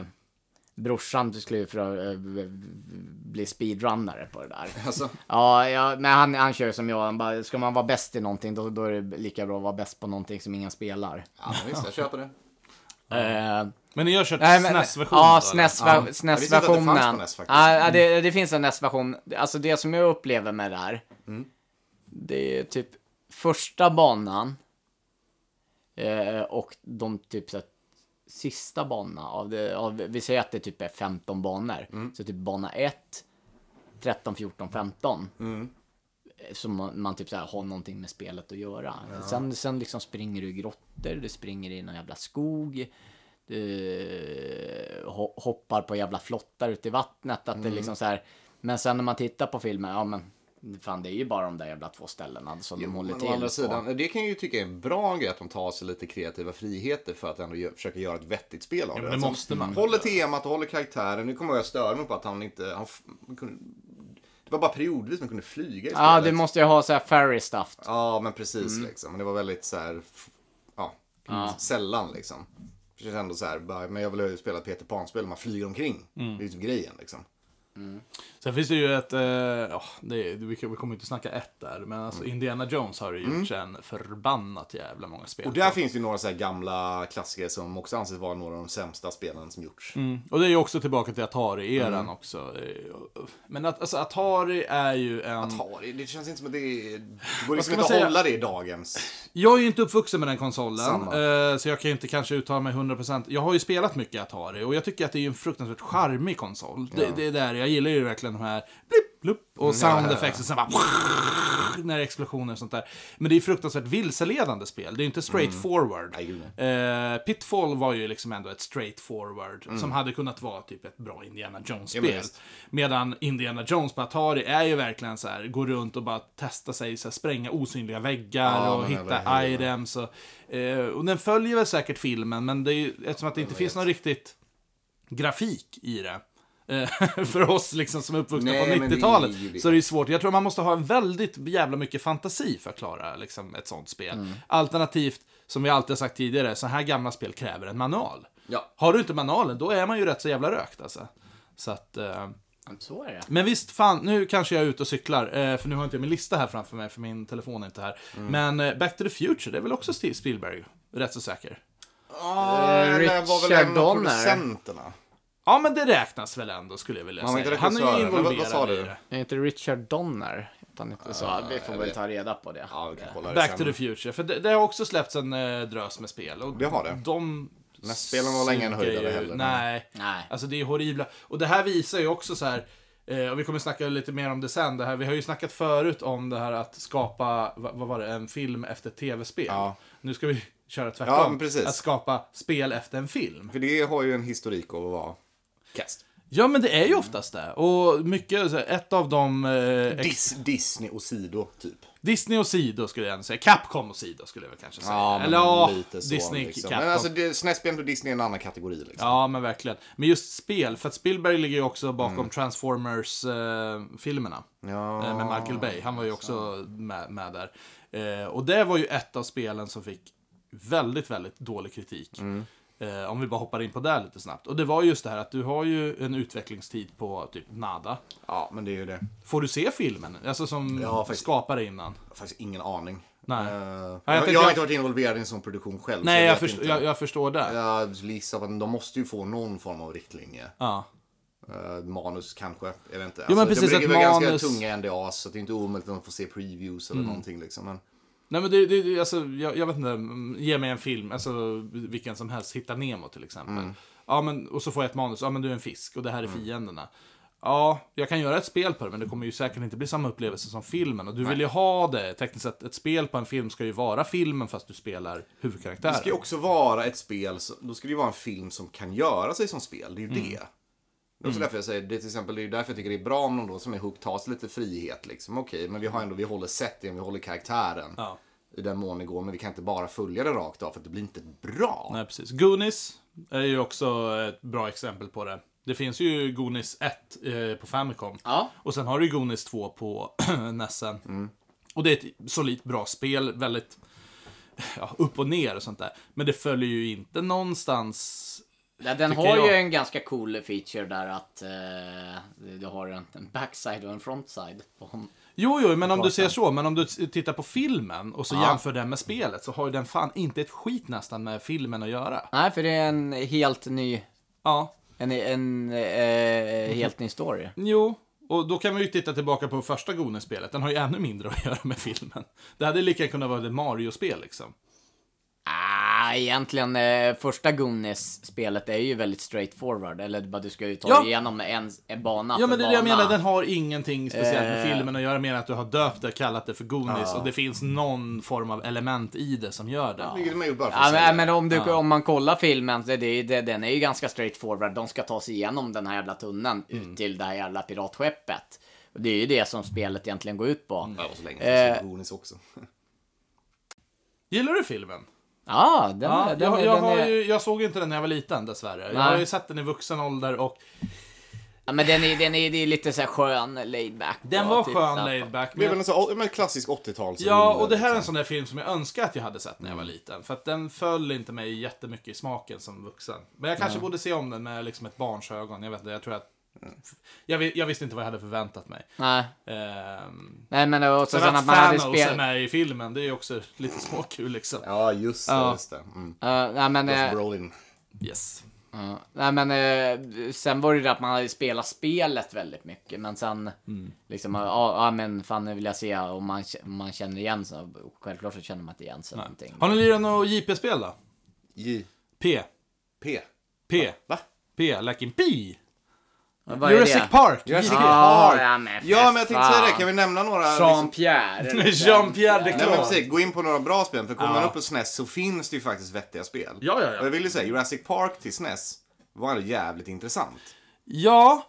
S2: Eh, brorsan skulle ju för, eh, bli speedrunnare på det där.
S3: Alltså,
S2: Ja, ja men han, han kör som jag. Han bara, ska man vara bäst i någonting då, då är det lika bra att vara bäst på någonting som ingen spelar.
S3: ja, men visst, jag köper det.
S2: Eh,
S1: Men ni har kört
S2: nej, men-
S1: SNES-version?
S2: Ja,
S1: då, eller?
S2: SNES-versionen.
S3: Jag visste inte att det fanns på NES faktiskt. Mm.
S2: ja, det, det finns en NES-version. Alltså det som jag upplever med det här.
S3: Mm.
S2: Det är typ första banan. eh, Och de typ så här, sista banorna. Av det, av, vi säger att det typ är 15 banor.
S3: Mm.
S2: Så typ bana 1, 13, 14, 15.
S3: Mm.
S2: Som man, man typ så här har någonting med spelet att göra. Sen, sen liksom springer du i grottor, du springer i någon jävla skog. Du eh, ho- hoppar på jävla flottar ute i vattnet. Att det
S3: Mm.
S2: liksom så här, men sen när man tittar på filmen, ja men fan det är ju bara de där jävla två ställena som de håller
S3: Men
S2: till
S3: å andra
S2: på.
S3: sidan, det kan jag ju tycka är en bra grej att de tar sig lite kreativa friheter för att ändå gö- försöka göra ett vettigt spel av Alltså, mm.
S1: men det måste man.
S3: Håller temat och håller karaktären. Nu kommer jag störa mig på att han inte... Han f- kunde, det var bara periodvis man kunde flyga i
S2: Ja,
S3: spelet. liksom.
S2: du måste Mm. ju ha så här fairy stuff.
S3: Ja, men precis liksom. Men det var väldigt så här, f- ja, sällan liksom.
S1: Mm.
S3: Det känns ändå så här, bara, men jag vill ju spela ett Peter Pan-spel där man flyger omkring. Det är ju typ grejen liksom.
S1: Sen finns det ju ett, eh, ja, det, vi kan- vi kommer inte snacka ett där, men alltså
S2: Mm.
S1: Indiana Jones har ju gjort en förbannat jävla många spel.
S3: Och där finns ju några så här gamla klassiker som också anses vara några av de sämsta spelen som gjorts.
S1: Mm. Och det är ju också tillbaka till Atari-eran
S2: Mm.
S1: också. Eh, Men att, alltså, Atari är ju en...
S3: Atari, det känns inte som att det är... Det går liksom
S1: man
S3: inte att
S1: säga?
S3: hålla det i dagens...
S1: Jag är ju inte uppvuxen med den konsolen,
S3: Samma.
S1: eh, så jag kan ju inte kanske uttala mig 100%. Jag har ju spelat mycket Atari och jag tycker att det är ju en fruktansvärt charmig konsol. Det, det är där, jag gillar ju verkligen de här blipp, blupp
S3: Mm,
S1: och sound effects och sen bara när det är explosioner och sånt där. Men det är ju fruktansvärt vilseledande spel, det är ju inte straight forward.
S3: Mm. Nej, gud,
S1: Eh, Pitfall var ju liksom ändå ett straight forward som hade kunnat vara typ ett bra Indiana Jones-spel.
S3: Ja, men visst.
S1: Medan Indiana Jones på Atari är ju verkligen så här, gå runt och bara testa sig, så här, spränga osynliga väggar
S3: Ja,
S1: och
S3: men
S1: hitta
S3: eller hur?
S1: items. Och, eh, och den följer väl säkert filmen, men det är ju, eftersom att det inte finns någon riktigt grafik i det. eh, för oss liksom som är uppvuxna
S3: Nej, men
S1: på
S3: det är
S1: 90-talet
S3: ju-
S1: så är det ju svårt. Jag tror man måste ha väldigt jävla mycket fantasi för att klara liksom, ett sånt spel.
S3: Mm.
S1: Alternativt, som vi alltid har sagt tidigare, så här gamla spel kräver en manual.
S3: Ja.
S1: Har du inte manualen, då är man ju rätt så jävla rökt alltså. Så att... Eh,
S2: Så är det.
S1: men visst, fan, nu kanske jag är ute och cyklar, eh, för nu har jag inte min lista här framför mig, för min telefon är inte här.
S3: Mm.
S1: Men eh, Back to the Future, det är väl också Steve Spielberg? Rätt så säker.
S3: Ah, det där var väl en av
S2: Richard Donner.
S3: producenterna.
S1: Ja, men det räknas väl ändå, skulle jag vilja
S3: Man var
S1: säga.
S3: inte
S1: Han är ju
S3: regissören, men vad- vad
S1: involverad
S3: sa du?
S1: i det.
S2: Är inte Richard Donner? Utan inte så. vi får väl ta reda på det.
S3: Ja, vi kan kolla det
S1: Back
S3: sen.
S1: to the Future, för det, det har också släppts en eh, drös med spel. Och
S3: Det har det.
S1: De
S3: Nästspelen var länge en
S1: suger
S3: höjdare
S1: ju-
S3: heller.
S1: Nej.
S2: Nej.
S1: Alltså det är horribla. Och det här visar ju också så här. eh, Och vi kommer snacka lite mer om det sen. Det här, vi har ju snackat förut om det här att skapa, vad, vad var det, en film efter ett tv-spel.
S3: Ja.
S1: Nu ska vi köra
S3: Ja,
S1: tvärtom.
S3: men precis.
S1: Att skapa spel efter en film.
S3: För det har ju en historik av att vara kast.
S1: Ja men det är ju oftast det. Och mycket, så här, ett av de... Eh, ex-
S3: Dis, Disney och Sido, typ.
S1: Disney och Sido skulle jag ändå säga. Capcom och Sido skulle jag väl kanske säga. Eller Disney,
S3: liksom.
S1: Capcom.
S3: Men alltså, det- SNES-spelen på Disney är en annan kategori. Liksom.
S1: Ja, men verkligen. Men just spel, för att Spielberg ligger ju också bakom
S3: Mm.
S1: eh, Transformers-filmerna.
S3: Ja.
S1: Eh, med Michael Bay, han var ju också med, med där. Eh, och det var ju ett av spelen som fick väldigt, väldigt dålig kritik.
S3: Mm.
S1: Eh, om vi bara hoppar in på det lite snabbt. Och det var just det här att du har ju en utvecklingstid på typ nada.
S3: Ja, men det är ju det.
S1: Får du se filmen? Alltså som
S3: Ja, faktiskt.
S1: skapare innan.
S3: Jag har faktiskt ingen aning.
S1: Nej.
S3: Eh,
S1: jag
S3: jag,
S1: tänkte-
S3: jag har inte varit involverad i en sån produktion själv. så
S1: Nej, jag,
S3: vet
S1: först-
S3: inte.
S1: jag, jag förstår det. Ja.
S3: Jag gissar på att de måste ju få någon form av riktlinje. Eh, manus kanske, jag vet inte.
S1: men
S3: Alltså,
S1: precis,
S3: de ligger
S1: ett
S3: väl
S1: manus- Mm.
S3: ganska tunga NDAs så det är inte omöjligt att de får se previews eller någonting liksom. Men...
S1: Nej men det, det, det alltså, jag, jag vet inte, mm, ge mig en film, alltså vilken som helst, Hitta Nemo till exempel.
S3: Mm.
S1: Ja men, och så får jag ett manus, ja men du är en fisk och det här är fienderna. Ja, jag kan göra ett spel på det, men det kommer ju säkert inte bli samma upplevelse som filmen. Och du vill ju ha det, tekniskt sett, ett spel på en film ska ju vara filmen fast du spelar huvudkaraktären.
S3: Det ska ju också vara ett spel, som- då ska det ju vara en film som kan göra sig som spel. Det är ju
S1: Mm.
S3: det. Det är också därför jag säger, det är till exempel, det är ju därför jag tycker det är bra om de då som är Hook tar sig lite frihet liksom. Okej, men vi har ändå, vi håller settingen, vi håller karaktären.
S1: Ja.
S3: I den mån det går, men vi kan inte bara följa det rakt av för att det blir inte bra.
S1: Nej, precis. Goonies är ju också ett bra exempel på det. Det finns ju Goonies 1 eh, på Famicom.
S2: Ja.
S1: Och sen har du ju Goonies 2 på Nessen. Och det är ett solitt bra spel, väldigt ja, upp och ner och sånt där. Men det följer ju inte någonstans...
S2: Ja, den
S1: Tycker
S2: har ju
S1: jag.
S2: en ganska cool feature där att eh, du har en, en backside och en frontside. På hon-
S1: Jo, jo, men om du ser så. Men om du t- tittar på filmen och så jämför den med spelet så har ju den fan inte ett skit nästan med filmen att göra.
S2: Nej, för det är en helt ny,
S1: Ja,
S2: en, en eh, helt ny story.
S1: Jo, och då kan vi ju titta tillbaka på första Goonies-spelet. Den har ju ännu mindre att göra med filmen. Det hade lika gärna kunnat vara ett Mario-spel liksom.
S2: Ah, egentligen, eh, första Goonies-spelet är ju väldigt straightforward. Eller bara du ska ju ta
S1: Ja.
S2: dig igenom en, en bana
S1: Ja, men det är
S2: för
S1: det jag
S2: bana.
S1: menar. Den har ingenting speciellt med
S2: Eh.
S1: filmen att göra, mer än att du har döpt det, kallat det för Goonies och det finns någon form av element i det som gör det.
S3: Vilket de har gjort bara för
S2: Ja,
S3: att sälja.
S2: men, men om, du, om man kollar filmen, det, det, det, den är ju ganska straightforward. De ska ta sig igenom den här jävla tunneln
S1: Mm.
S2: ut till det här jävla piratskeppet. Och det är ju det som spelet egentligen går ut på.
S3: Ja,
S1: Mm.
S3: det var så länge sedan
S1: Eh.
S3: jag såg Goonies också.
S1: Gillar du filmen?
S2: Ja, den,
S1: Ja,
S2: är- den,
S1: jag,
S2: är-
S1: jag,
S2: den
S1: har
S2: är...
S1: ju, jag såg ju inte den när jag var liten dessvärre. Jag
S2: Nej.
S1: har ju sett den i vuxen ålder och
S2: Ja, men den är, den är, det är lite så här skön typ. laid back.
S1: den
S2: och
S1: var
S2: titta på.
S1: skön laid back.
S3: Det är
S1: men-
S3: väl en liksom. sån, men klassisk 80-tals.
S1: Ja, och det här är en sån där film som jag önskar att jag hade sett när jag var liten. För att den föll inte mig jättemycket i smaken som vuxen. Men jag kanske borde se om den med liksom ett barns ögon. Jag vet inte, jag tror att
S3: Mm.
S1: jag, vi- jag visste inte vad jag hade förväntat mig.
S2: Nej,
S1: Ehm,
S2: nej men det var också
S1: sen
S2: sen
S1: att,
S2: att man hade
S1: Thanos är
S2: spelat...
S1: med i filmen, det är också lite småkul liksom.
S3: Ja, just det.
S1: Ja.
S3: Just det. Mm.
S2: nej men... eh,
S3: Josh Brolin.
S1: Yes.
S2: Ja, nej men eh, sen var det ju det att man hade spelat spelet väldigt mycket, men sen
S3: Mm.
S2: liksom, ja ja, men fan nu vill jag se om man, k- om man känner igen så och Självklart så känner man inte igen sig någonting.
S1: Har ni lirat något JP-spel då?
S3: JP.
S1: P. P.
S3: Va?
S1: P. Lack in P.
S2: Men vad är
S1: Jurassic
S2: det?
S1: Park.
S3: Jurassic
S1: JP.
S3: Park.
S2: Ja, ja, men för
S3: Ja, men jag tänkte säga det.
S2: fan.
S3: Kan vi nämna några... liksom-
S2: Jean-Pierre. eller
S1: Jean-Pierre
S3: Nej, men
S1: Declan.
S3: precis. Gå in på några bra spel. För kommer
S1: Ja.
S3: man upp på SNES så finns det ju faktiskt vettiga spel.
S1: Ja, ja, ja.
S3: Och jag vill ju säga, Jurassic Park till SNES var ändå jävligt intressant.
S1: Ja,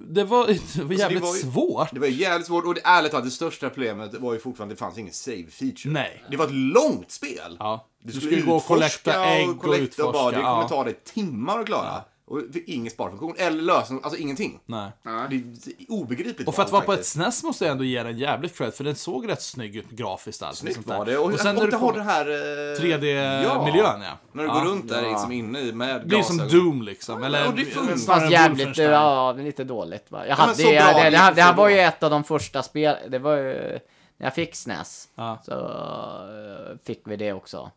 S1: det var, det var jävligt
S3: Alltså, var ju-
S1: svårt.
S3: Det var ju jävligt svårt och det, ärligt talat, det största problemet var ju fortfarande att det fanns ingen save feature.
S1: Nej.
S3: Det var ett långt spel.
S1: Ja. Du skulle gå och
S3: utforska
S1: kollekta ägg och
S3: kollekta bara, det
S1: utforska,
S3: kommer
S1: ja.
S3: ta dig timmar att klara. Och det är ingen sparfunktion eller lösen, alltså ingenting.
S1: Nej.
S3: Det är obegripligt.
S1: Och för att
S3: bra,
S1: vara på ett
S3: faktiskt.
S1: SNES måste jag ändå ge den jävligt cred, för den såg rätt snygg ut grafiskt. Alltså,
S3: Snyggt
S1: sånt där.
S3: var det. Och,
S1: och sen
S3: att
S1: när
S3: det
S1: du
S3: har
S1: kom,
S3: den här... eh,
S1: 3D-miljön, ja.
S3: När du
S1: Ja.
S3: går runt där liksom inne i med
S1: Det blir som
S3: glasögon.
S1: Doom liksom. Eller,
S3: och det funkar.
S1: snarare
S2: Fast
S1: än
S2: jävligt,
S1: Wolfenstein.
S2: ja, det är lite dåligt bara. Jag
S3: men
S2: hade,
S3: så bra,
S2: jag, det, det, här, det här var ju
S3: jättebra.
S2: ett av de första spel, det var ju, när jag fick SNES,
S1: Ja.
S2: så eh, fick vi det också.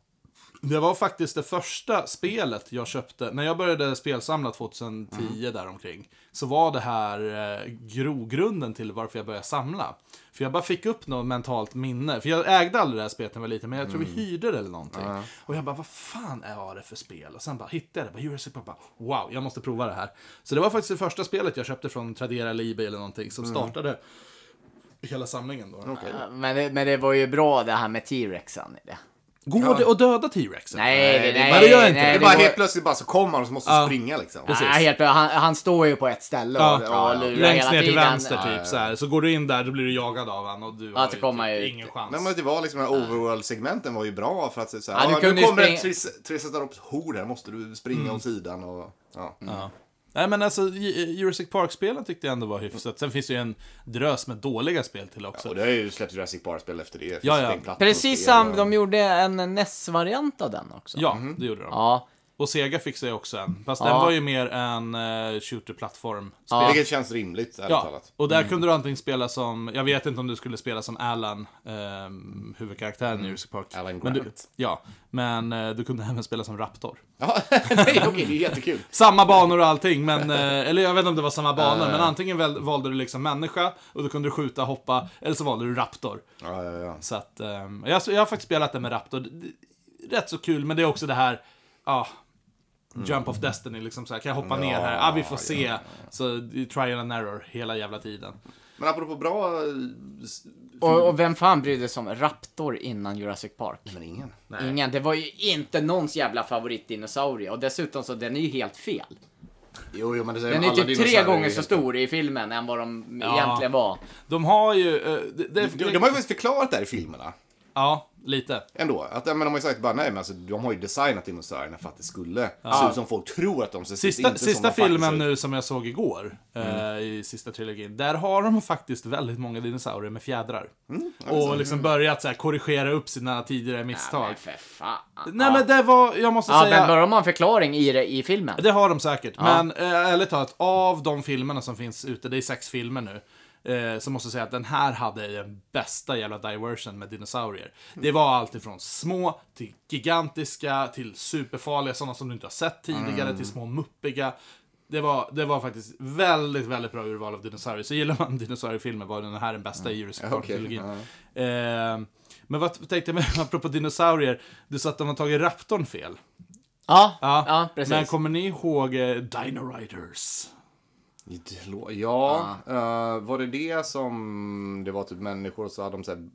S1: Det var faktiskt det första spelet jag köpte. När jag började spelsamla 2010 däromkring. Så var det här eh, grogrunden till varför jag började samla. För jag bara fick upp något mentalt minne. För jag ägde aldrig det här spelet när jag var liten. Men jag tror vi hyrde det eller någonting. Och jag bara, vad fan är vad det för spel? Och sen bara hittade jag det. Bara, Jurassic Park. Bara, wow, jag måste prova det här. Så det var faktiskt det första spelet jag köpte från Tradera eller Ebay eller någonting. Som startade hela samlingen då.
S2: Ja, Men det, men det var ju bra det här med T-Rexen i det.
S1: Går det att döda T-Rexen?
S2: Nej, det,
S3: det
S2: nej,
S3: bara-
S1: det gör inte det.
S2: nej,
S1: Det
S3: Det är bara
S2: går-
S3: helt plötsligt bara så kommer han och så måste
S1: Ja.
S3: springa liksom.
S1: Precis.
S2: Nej, helt, han, han står ju på ett ställe och,
S1: Ja.
S2: och lurar hela
S1: Längst ner till
S2: tiden.
S1: vänster typ så här. Så går du in där, då blir du jagad av han och du
S2: Ja, så kommer
S1: har
S2: jag
S1: ju
S2: ut.
S1: typ ingen chans.
S3: Nej, men det var liksom, den här overworld-segmenten var ju bra för att så
S2: Ja,
S3: här,
S2: du
S3: ja,
S2: kunde
S3: nu
S2: ju
S3: kommer
S2: springa-
S3: ett tris- triceratops-horn här, måste du springa
S1: Mm.
S3: åt sidan och... Ja.
S1: Ja. Nej men alltså, Ju- Jurassic Park-spelen tyckte jag ändå var hyfsat. Sen finns det ju en drös med dåliga spel till
S3: Och
S1: också.
S3: det har ju släppt Jurassic Park-spel efter det.
S1: Ja, ja.
S3: Plattformsspel
S2: Precis som
S3: och-
S2: de gjorde en NES-variant av den också.
S1: Ja, det gjorde de.
S2: Mhm. Ja,
S1: Och Sega fixade ju också en. Fast
S2: Ja.
S1: den var ju mer en uh, shooter-plattform.
S2: Ja.
S3: Vilket känns rimligt, ärligt
S1: Ja,
S3: talat.
S1: och
S2: Mm.
S1: där kunde du antingen spela som, jag vet inte om du skulle spela som Alan, ehm, huvudkaraktären
S2: Mm.
S1: i Jurassic Park.
S3: Alan
S1: men du,
S3: Grant.
S1: ja, men eh, du kunde även spela som Raptor.
S3: Ja, nej, okej, det är jättekul.
S1: Samma banor och allting, men, eh, eller jag vet inte om det var samma banor, men antingen väl, valde du liksom människa och då kunde du skjuta, hoppa, eller så valde du raptor.
S3: Ja, ja, ja.
S1: Så att, ehm, jag, jag har faktiskt spelat det med raptor. Det- det- Rätt så kul, men det är också det här, ja, Jump of Destiny, liksom så här, kan jag hoppa ner här? Ja, vi får se. Så det är trial and error hela jävla tiden.
S3: Men apropå bra... eh, s-
S2: Och, och vem fan brydde sig om Raptor innan Jurassic Park?
S3: Men ingen.
S2: Ingen. Det var ju inte någons jävla favoritdinosaurie. Och dessutom så, den är ju helt fel.
S3: Jo, jo, men det säger
S2: Den är
S3: alla
S2: typ tre
S3: dinosaurier
S2: gånger
S3: är
S2: så
S3: helt-
S2: stor i filmen än vad de
S1: Ja.
S2: egentligen var.
S1: De har ju... eh, det, det,
S3: De, de har ju faktiskt förklarat det här i filmerna.
S1: Ja, lite.
S3: Ändå. Att, ja, men de har ju sagt bara nej, men alltså, de har ju designat dinosaurierna för att det skulle se ut som folk tror att de ser det är
S1: Sista,
S3: inte som de
S1: sista
S3: faktiskt
S1: filmen
S3: ser ut.
S1: nu som jag såg igår, eh, i sista trilogin, där har de faktiskt väldigt många dinosaurier med fjädrar. och liksom börjat så här, korrigera upp sina tidigare
S2: Ja,
S1: misstag.
S2: men för fan.
S1: Nej men det var, jag måste
S2: Ja,
S1: säga,
S2: men bör de ha en förklaring i det i filmen?
S1: det har de säkert. Men eh, ärligt talat, av de filmerna som finns ute, det är sex filmer nu, eh, så måste jag säga att den här hade den bästa jävla diversion med dinosaurier. Det var allt ifrån små till gigantiska, till superfarliga, sådana som du inte har sett tidigare, till små muppiga. Det var, det var faktiskt väldigt, väldigt bra urval av dinosaurier. Så gillar man dinosauriefilmer var den här den bästa i Jurassic Park-trilogin. Eh, men vad tänkte jag med, apropå dinosaurier, du sa att de har tagit raptorn fel.
S2: Ja, ja,
S1: Ja,
S2: precis.
S1: Men kommer ni ihåg eh, Dino Riders?
S3: Det lå- Ja, eh, var det det som det var typ människor och så hade de så här, eh,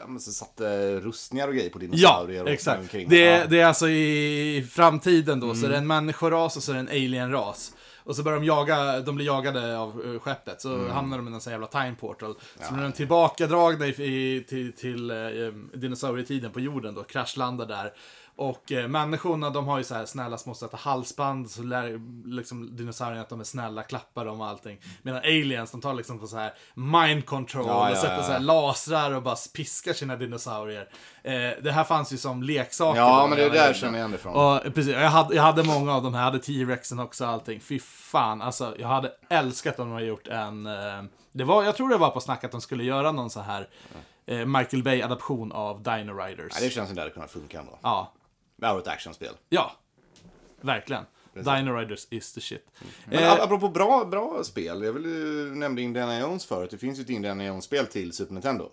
S3: ja, men så satte rustningar och grejer på
S1: Ja,
S3: dinosaurier? och
S1: exakt.
S3: omkring.
S1: Det
S3: Ja.
S1: är, det är alltså i framtiden då, så är det en
S3: Mm.
S1: människoras och så är det en alienras. Och så börjar de jaga, de blir jagade av eh, skeppet, så
S3: Mm.
S1: hamnar de i någon sån här jävla time portal. Så blir de tillbakadragna i, i, till, till eh, em, dinosaurietiden på jorden då, kraschlandar där. Och eh, människorna de har ju så här snälla små söta halsband, så lär liksom dinosaurierna att de är snälla, klappar dem och allting. Medan aliens de tar liksom på så här mind control
S3: Ja,
S1: och
S3: ja,
S1: sätter
S3: ja.
S1: så här lasrar och bara piskar sina dinosaurier. Eh, det här fanns ju som leksaker.
S3: Ja,
S1: då,
S3: men det är
S1: hela
S3: där jag
S1: tiden.
S3: känner igen det från.
S1: Ja, precis. Jag hade, jag hade många av dem här, jag hade T-rexen också och allting. Fy fan, alltså jag hade älskat om de hade gjort en... Eh, det var, jag tror det var på snack att de skulle göra någon så här eh, Michael Bay-adaption av Dino Riders.
S3: Ja, det känns som det hade kunnat funka ändå.
S1: Ja,
S3: Det här var ett actionspel.
S1: ja. Verkligen. Dino Riders is the shit.
S3: Mm. Men
S1: Eh,
S3: ap- apropå bra, bra spel, jag vill ju nämnde Indiana Jones förut. Det finns ju ett Indiana Jones-spel till Super Nintendo.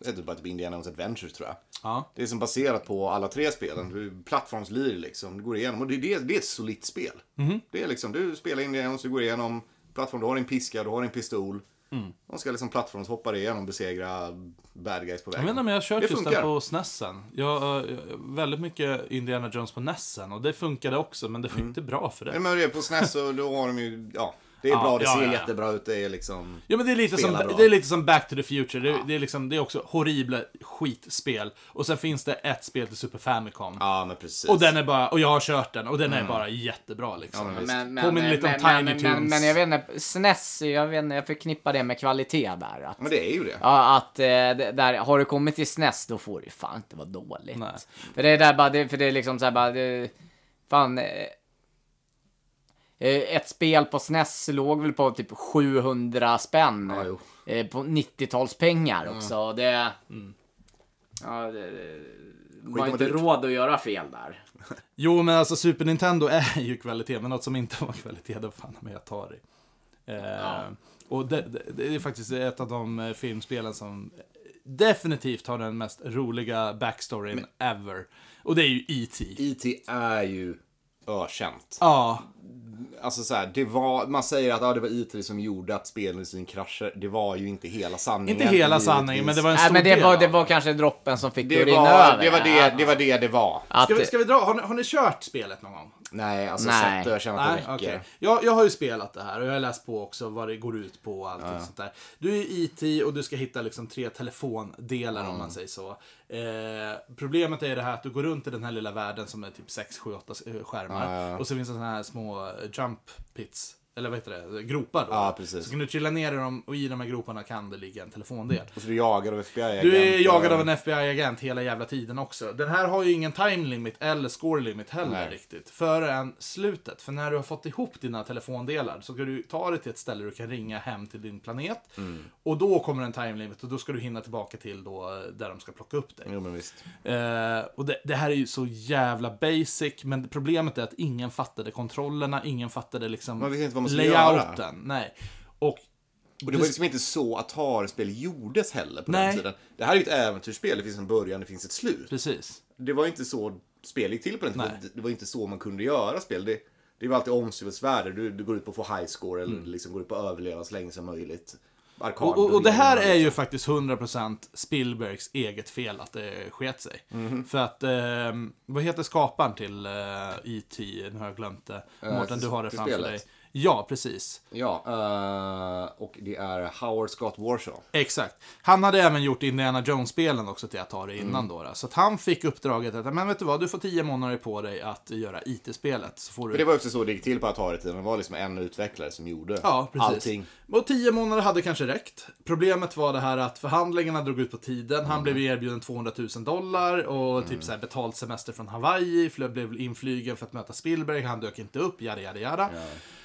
S3: Det heter bara typ Indiana Jones Adventures tror jag.
S1: ja.
S3: Det är som baserat på alla tre spelen. Du- Plattformslir liksom, du går igenom. Och det, det, det är ett solitt spel.
S1: Mhm.
S3: Det är liksom, du spelar Indiana Jones, du går igenom plattform, du har din piska, du har din pistol.
S1: Mm.
S3: De ska liksom plattformshoppa dig igenom och besegra bad guys på vägen.
S1: Jag vet inte om jag har kört
S3: Det
S1: just
S3: funkar.
S1: den på SNESen. Jag, eh, väldigt mycket Indiana Jones på NESen och det funkade också men det var inte bra för det.
S3: Nej, Mm. men det är på SNES så då har de ju, ja. Det är
S1: Ja,
S3: bra, det
S1: ja,
S3: ser
S1: ja, ja.
S3: jättebra ut, det är liksom...
S1: Ja men det är lite, som,
S3: Spela bra.
S1: det är lite som Back to the Future. Det, det, är liksom, det är också horribla skitspel. Och sen finns det ett spel till Super Famicom.
S3: Ja, men precis. Mm.
S1: Och den är bara, och jag har kört den och den är bara jättebra liksom. Påminner lite om Tiny
S2: men, men,
S1: Toons.
S2: men jag vet inte, SNES, jag, vet inte, jag förknippar det med kvalitet där. Att,
S3: Men det är ju det.
S2: ja, att eh, det- där, har du kommit till SNES då får det ju fan inte vara dåligt.
S1: Nej.
S2: För det är där bara, det, för det är liksom såhär bara, det, fan. Eh, eh, ett spel på SNES låg väl på typ 700 spänn.
S3: Ja, jo.
S2: eh, på 90-talspengar också. och Det,
S1: Mm.
S2: ja, det, det, man har
S3: vad
S2: inte
S3: dyrt.
S2: råd att göra fel där.
S1: Jo men alltså Super Nintendo är ju kvalitet, men något som inte var kvalitet då fan med Atari. Eh, Och det, det, det är faktiskt ett av de eh, filmspelen som definitivt har den mest roliga backstoryn ever. Och det är ju E E.T.
S3: IT är ju ökänt.
S1: Ja,
S3: Alltså så här, det var, man säger att ah, det var IT som gjorde att spelindustrin kraschade. Det var ju inte hela sanningen.
S1: inte hela
S3: givetvis.
S1: sanningen, men det var en stor
S2: Nej, men det
S1: del
S2: var,
S1: av
S2: det var kanske droppen som fick det
S3: Det
S2: att rinna
S3: var
S2: över.
S3: det var det,
S2: Att-
S3: det var det det var.
S2: att,
S1: Ska vi, ska vi dra? Har ni, har ni kört spelet någon gång?
S3: Nej, alltså
S2: Nej.
S3: sett och jag känner att det räcker.
S1: okej. jag, jag har ju spelat det här och jag har läst på också vad det går ut på och allt sånt där. Du är IT och du ska hitta liksom tre telefondelar
S2: Mm.
S1: om man säger så. Eh, problemet är det här att du går runt i den här lilla världen som är typ 6, 7, 8 skärmar. Och så finns det sådana här små eh, jump pits. Eller vad heter det? Gropar då.
S3: Ja, precis.
S1: Så kan du chilla ner i dem och i de här groparna kan det ligga en telefondel.
S3: Och så du jagar av FBI-agenter.
S1: Du är jagad av en FBI-agent hela jävla tiden också. Den här har ju ingen time limit eller score limit heller
S3: Nej.
S1: riktigt. Förrän slutet. För när du har fått ihop dina telefondelar så ska du ta dig till ett ställe du kan ringa hem till din planet.
S3: Mm.
S1: Och då kommer en time limit och då ska du hinna tillbaka till då eh, där de ska plocka upp dig.
S3: Jo, men visst.
S1: Eh, och det, det här är ju så jävla basic, men problemet är att ingen fattade kontrollerna, ingen fattade liksom
S3: Man visste inte vad man skulle
S1: layouten.
S3: göra.
S1: Nej. Och
S3: Och det var liksom inte så Atari-spel gjordes heller på
S1: Nej.
S3: den tiden. Det här är ju ett äventyrsspel, det finns en början, det finns ett slut.
S1: precis.
S3: Det var ju inte så spel gick till på den tiden.
S1: Nej.
S3: Det- Det var inte så man kunde göra spel. Det, det var alltid omsvärde. Du, du går ut på att få high score eller liksom går ut på att överleva så länge som möjligt. Arkad,
S1: Mm. Och, och, och det här är ju faktiskt 100% Spielbergs eget fel att det sket sig. För att, ehm, vad heter skaparen till eh, E.T.? Nu har jag glömt det. Mårten,
S3: till-
S1: du har det
S3: till
S1: framför
S3: spelet.
S1: dig. Ja, precis.
S3: Ja, eh, och det är Howard Scott Warshaw.
S1: Exakt. Han hade även gjort Indiana Jones-spelen också till Atari innan då. då. Så att han fick uppdraget att, men vet du vad, du får 10 månader på dig att göra IT-spelet. Så får du
S3: För det var också så det gick till på Atari-tiden. Det var liksom en utvecklare som gjorde
S1: Ja, precis.
S3: allting.
S1: Och tio månader hade kanske räckt. Problemet var det här att förhandlingarna drog ut på tiden. Han blev
S3: Mm.
S1: erbjuden 200 000 dollar och typ så här betalt semester från Hawaii. Flö- Blev inflygen för att möta Spielberg. Han dök inte upp, yada yada yada.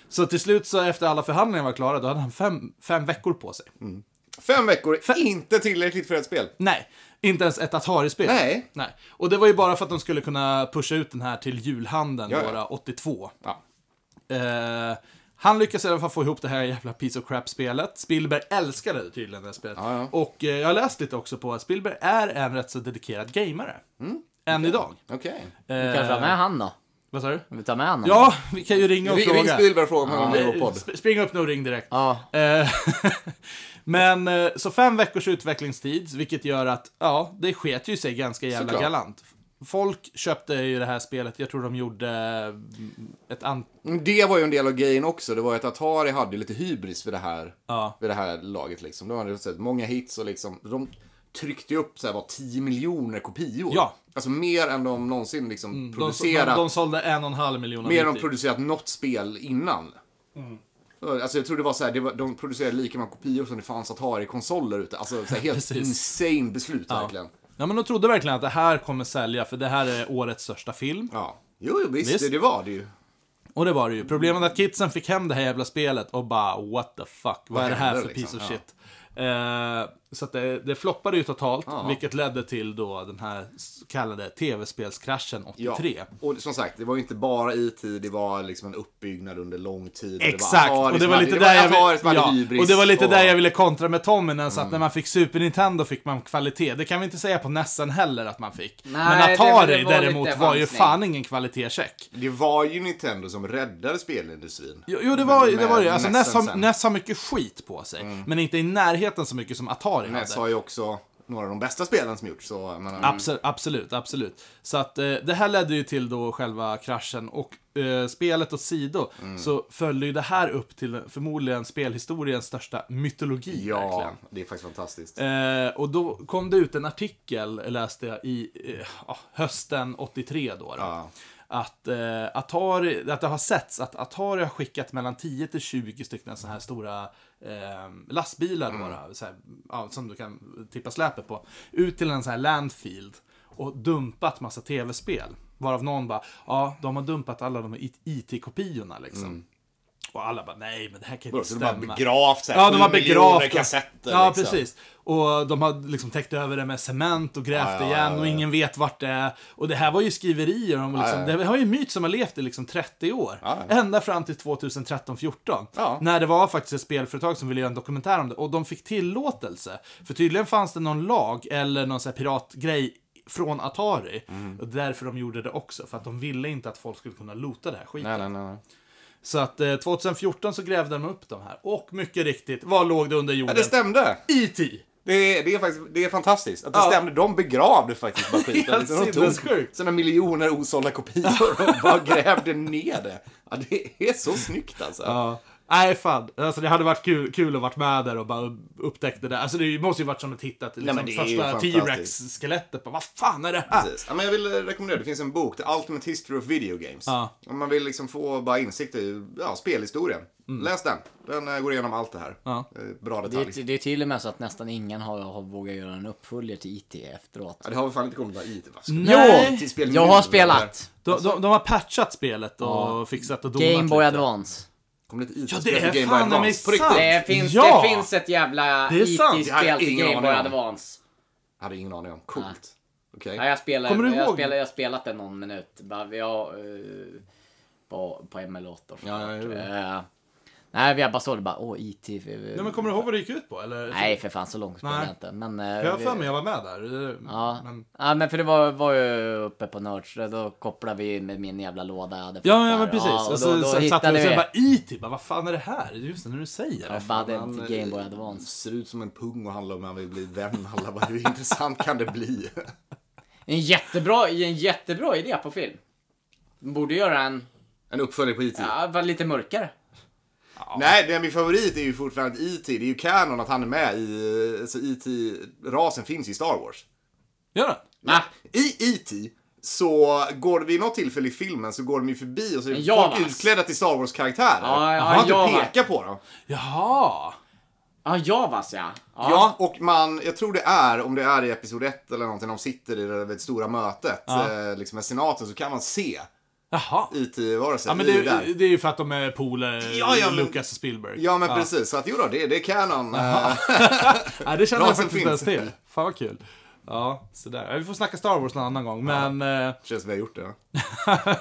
S1: Så till slut så efter alla förhandlingar var klara, då hade han fem, fem veckor på sig.
S3: Mm. Fem veckor, inte tillräckligt för ett spel.
S1: Nej, inte ens ett Atari-spel.
S3: Nej.
S1: Nej. Och det var ju bara för att de skulle kunna pusha ut den här till julhandeln,
S3: Ja, ja.
S1: våra 82.
S3: Ja.
S1: Eh, han lyckas i alla fall få ihop det här jävla piece of crap-spelet. Spielberg älskade tydligen det här spelet.
S3: Ja, ja.
S1: Och eh, jag har läst lite också på att Spielberg är en rätt så dedikerad gamare. Än idag.
S3: Mm. Okej.
S2: Vi kanske tar med han då?
S1: Vad sa du?
S2: Vi tar med han då.
S1: Ja, vi kan ju ringa och
S3: Ring, ring
S1: fråga. Eh,
S3: Spielberg och fråga om han vill vara på podd.
S1: Sp- Spring upp nu och ring direkt.
S2: Ja.
S1: Eh, Men eh, så fem veckors utvecklingstid, vilket gör att ja, det sket ju sig ganska jävla
S3: Såklart.
S1: galant. Folk köpte ju det här spelet, jag tror de gjorde mm, ett antal...
S3: Men Det var ju en del av grejen också. Det var ju att Atari hade lite hybris för det här,
S1: Ja.
S3: för det här laget. Liksom. De hade sett många hits och liksom, de, tryckte ju upp så här, var 10 miljoner kopior.
S1: Ja. Mm,
S3: Alltså mer än de någonsin liksom
S1: De, de,
S3: producerat.
S1: de sålde en och en halv miljon
S3: mer än de
S1: Amity.
S3: producerat något spel innan.
S1: Mm.
S3: Alltså jag tror det var så här, det var, de producerade lika många kopior som det fanns Atari-konsoler ute. Alltså så här, helt
S1: Precis.
S3: insane beslut verkligen.
S1: Ja men de trodde verkligen att det här kommer sälja för det här är årets största film.
S3: Ja. Jo, jo visst,
S1: Visst.
S3: Det, det var det ju.
S1: Och det var det ju. Problemet är att kidsen fick hem det här jävla spelet och bara what the fuck, vad, är det här
S3: händer
S1: för
S3: liksom?
S1: piece of
S3: Ja.
S1: shit? Eh, så att det, det floppade ju totalt, vilket ledde till då den här så kallade tv-spelskraschen 83.
S3: Och som sagt, det var ju inte bara IT, det var liksom en uppbyggnad under lång tid. och
S1: Exakt,
S3: Atari
S1: och det
S3: som
S1: var
S3: hade-
S1: lite
S3: det var
S1: där jag
S3: Atari som
S1: ville,
S3: hade
S1: ja,
S3: hybris
S1: och det var lite där jag ville kontra med Tomminen, så att när man fick Super Nintendo fick man kvalitet. Det kan vi inte säga på Nessen heller att man fick.
S2: det-
S1: Men Atari
S2: det var lite
S1: däremot var ju
S2: chansning.
S1: fan ingen kvalitetscheck.
S3: Det var ju Nintendo som räddade spelindustrin.
S1: Jo, jo det var ju det.
S3: Med
S1: Var ju. Alltså,
S3: Nessen
S1: NES, har,
S3: sen. Mm.
S1: NES har mycket skit på sig, men inte i närheten så mycket som Atari hade.
S3: NES har ju också några av de bästa spelen som gjorts. Så, jag menar,
S1: Absolut, absolut, absolut. Så att eh, det här ledde ju till då själva kraschen och eh, spelet åsido
S3: Mm.
S1: så följde ju det här upp till förmodligen spelhistoriens största mytologi
S3: ja,
S1: verkligen.
S3: det är faktiskt fantastiskt.
S1: Eh, och då kom det ut en artikel, läste jag, i eh, ja, hösten 83 då. då
S3: Ja.
S1: Att, eh, Atari, att det har setts att Atari har skickat mellan 10 till 20 stycken sådana här stora eh, lastbilar
S3: Mm.
S1: bara, så här, ja, som du kan tippa släpet på, ut till en sån här landfield och dumpat massa tv-spel. Varav någon bara, ja, de har dumpat alla de här IT-kopiorna liksom. Och alla bara, nej men det här kan
S3: Mm. Vadå,
S1: inte
S3: så de har
S1: stämma.
S3: begravt så här,
S1: Ja, de har
S3: sju miljoner
S1: begravt dem.
S3: kassetter.
S1: Ja,
S3: liksom.
S1: precis. Och de har liksom täckt över det med cement och grävt
S3: Ja, ja,
S1: igen
S3: ja,
S1: och
S3: ja.
S1: ingen vet vart det är. Och det här var ju skriverier om liksom,
S3: Ja, ja, ja.
S1: det har ju en myt som har levt i liksom 30 år.
S3: Ja, ja.
S1: Ända fram till 2013-14.
S3: Ja.
S1: När det var faktiskt ett spelföretag som ville göra en dokumentär om det och de fick tillåtelse. För tydligen fanns det någon lag eller någon så här piratgrej från Atari.
S3: Mm.
S1: Och därför de gjorde det också. För att de ville inte att folk skulle kunna loota det här skiten.
S3: Nej, nej, nej. nej.
S1: Så att eh, 2014 så grävde de upp de här. Och mycket riktigt, vad låg det under
S3: Ja,
S1: jorden?
S3: det stämde.
S1: E.T.
S3: Det är, det är, faktiskt, det är fantastiskt att det
S1: Ja.
S3: stämde. De begravde faktiskt bara skiten.
S1: Helt
S3: liksom, de
S1: sinnessjukt.
S3: tog sina miljoner osålda kopior och bara grävde ner det. Ja, det är så snyggt alltså.
S1: Ja. Nej, fan. Alltså, det hade varit kul, kul att varit med där och bara upptäckt det där. Alltså, det måste ju varit som att titta till liksom,
S3: men det är ju
S1: första
S3: fantastiskt.
S1: T-Rex-skelettet. Bara, Vad fan är det här?
S3: Precis. Ja, men jag vill rekommendera, det finns en bok, The Ultimate History of Video Games.
S1: Ja.
S3: Om man vill liksom få bara insikt i ja, spelhistorien, läs den. Den eh, går igenom allt det här.
S1: Mm. Ja. typ-
S3: Eh, Bra detaljer.
S2: Det,
S3: Det,
S2: det är till och med så att nästan ingen har, har vågat göra en uppföljare till IT efteråt.
S3: ja, det har väl fan inte kommit några IT, va? Ska-
S1: Nej.
S3: Jo, IT-spel
S2: Jag
S3: nu,
S2: har
S3: eller?
S2: spelat
S1: De, de, de har patchat spelet och fixat och donat
S2: Game Boy
S1: lite.
S2: Advance.
S3: Kommer det ett
S1: Ja,
S3: IT-spel
S1: det är
S3: till Game Boy
S1: fan i mig
S3: Advance? På riktigt?
S1: sant.
S2: Det finns,
S1: Ja!
S2: det finns ett jävla
S1: Det är sant.
S3: Jag hade
S2: IT-spel till
S3: ingen
S2: Game Boy
S3: aning om.
S2: Advance.
S3: Jag hade ingen aning om. Coolt. Okej.
S2: Ja, jag spelar,
S1: Kommer du
S2: jag,
S1: ihåg?
S2: spelar, jag har spelat det någon minut. Bara, Vi har, eh, på, på ML8 och sånt.
S3: ja, jo.
S2: Eh, Nej, vi har bara såg det bara, åh eh, IT.
S1: Nej, men kommer du ihåg vad det gick ut på? Eller?
S2: Nej, för fan så långt spelade
S1: Nej.
S2: jag inte. Men, eh,
S1: Jag har
S2: vi-
S1: för mig jag var med där. Eh,
S2: Ja.
S1: Men...
S2: ja, men för det var, var ju uppe på Nörds, då kopplade vi med min jävla låda jag hade fått
S1: Ja, ja,
S2: där.
S1: men precis.
S2: Ja, och
S1: och
S2: då,
S1: så,
S2: då
S1: så satt
S2: hittade
S1: vi och så
S2: vi.
S1: bara IT, bara, vad fan är det här? Just det, när du säger
S2: Ja,
S1: det.
S2: bara, det är
S3: Han,
S2: inte Game Boy
S3: eh,
S2: Advance.
S3: Ser ut som en pung och handlar om han vill bli vän. Alla bara, hur intressant kan det bli?
S2: En jättebra, en jättebra idé på film. Borde göra en,
S3: En uppföljare på E IT.
S2: ja, var lite mörkare.
S3: Nej, det är min favorit är ju fortfarande IT. Det är ju canon att han är med i... Alltså IT-rasen finns i Star Wars.
S1: Gör det?
S2: Va?
S3: I IT så går det vid något tillfälle i filmen så går de ju förbi och så är
S2: En
S3: det
S2: Javas.
S3: folk utklädda till Star Wars-karaktärer.
S2: Ja, ja,
S3: man har inte
S2: Java.
S3: pekat på dem.
S1: Jaha!
S2: Ja, Javas ja.
S3: Ja. och man, jag tror det är, om det är i Episod 1 eller någonting, de sitter i det där väldigt stora mötet eh, liksom med senaten så kan man se
S1: Jaha.
S3: IT-varelser
S1: Ja, men
S3: i
S1: det,
S3: där.
S1: det är ju för att de är polare,
S3: Ja, ja, men-
S1: Lucas och Spielberg.
S3: Ja, men precis. Så att jo då, det, det är canon. Eh,
S1: Nej, det känner jag
S3: Rasen
S1: faktiskt inte ens
S3: finns.
S1: till. Fan vad kul. Ja, sådär. Ja, Vi får snacka Star Wars någon annan gång, men... Eh,
S3: känns som vi har gjort det. va?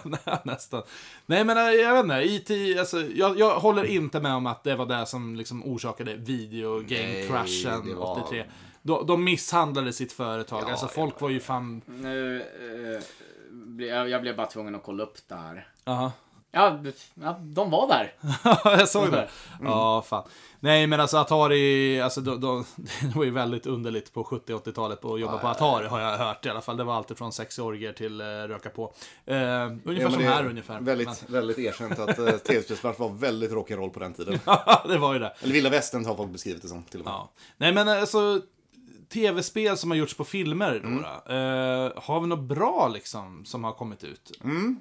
S1: nä- nästan. Nej, men eh, jag vet inte. IT, alltså, jag, jag håller inte med om att det var det som liksom orsakade
S3: Nej, det
S1: videogame-crashen
S3: var-
S1: 83. De, de misshandlade sitt företag.
S3: Ja,
S1: alltså,
S3: ja,
S1: folk var ju fan...
S2: Nu, eh, ble- jag, jag blev bara tvungen att kolla upp det här.
S1: Jaha.
S2: Ja, b- ja de var där.
S1: jag såg det.
S3: Mm.
S1: Ja, fan. Nej, men alltså Atari, alltså, de, de, det var ju väldigt underligt på 70 80-talet att jobba på Atari, har jag hört i alla fall. Det var alltid från sex orger till eh, röka på. Eh, ungefär
S3: Ja, men
S1: som
S3: det är
S1: här ungefär.
S3: Väldigt, väldigt erkänt att eh, tv-spelsbranschen var väldigt rock'n'roll på den tiden.
S1: Men, det var ju det.
S3: Eller vilda västern har folk beskrivit det som till och med.
S1: Ja. Nej, men eh, alltså, tv-spel som har gjorts på filmer då,
S3: Mm.
S1: då. Eh, Har vi något bra liksom som har kommit ut?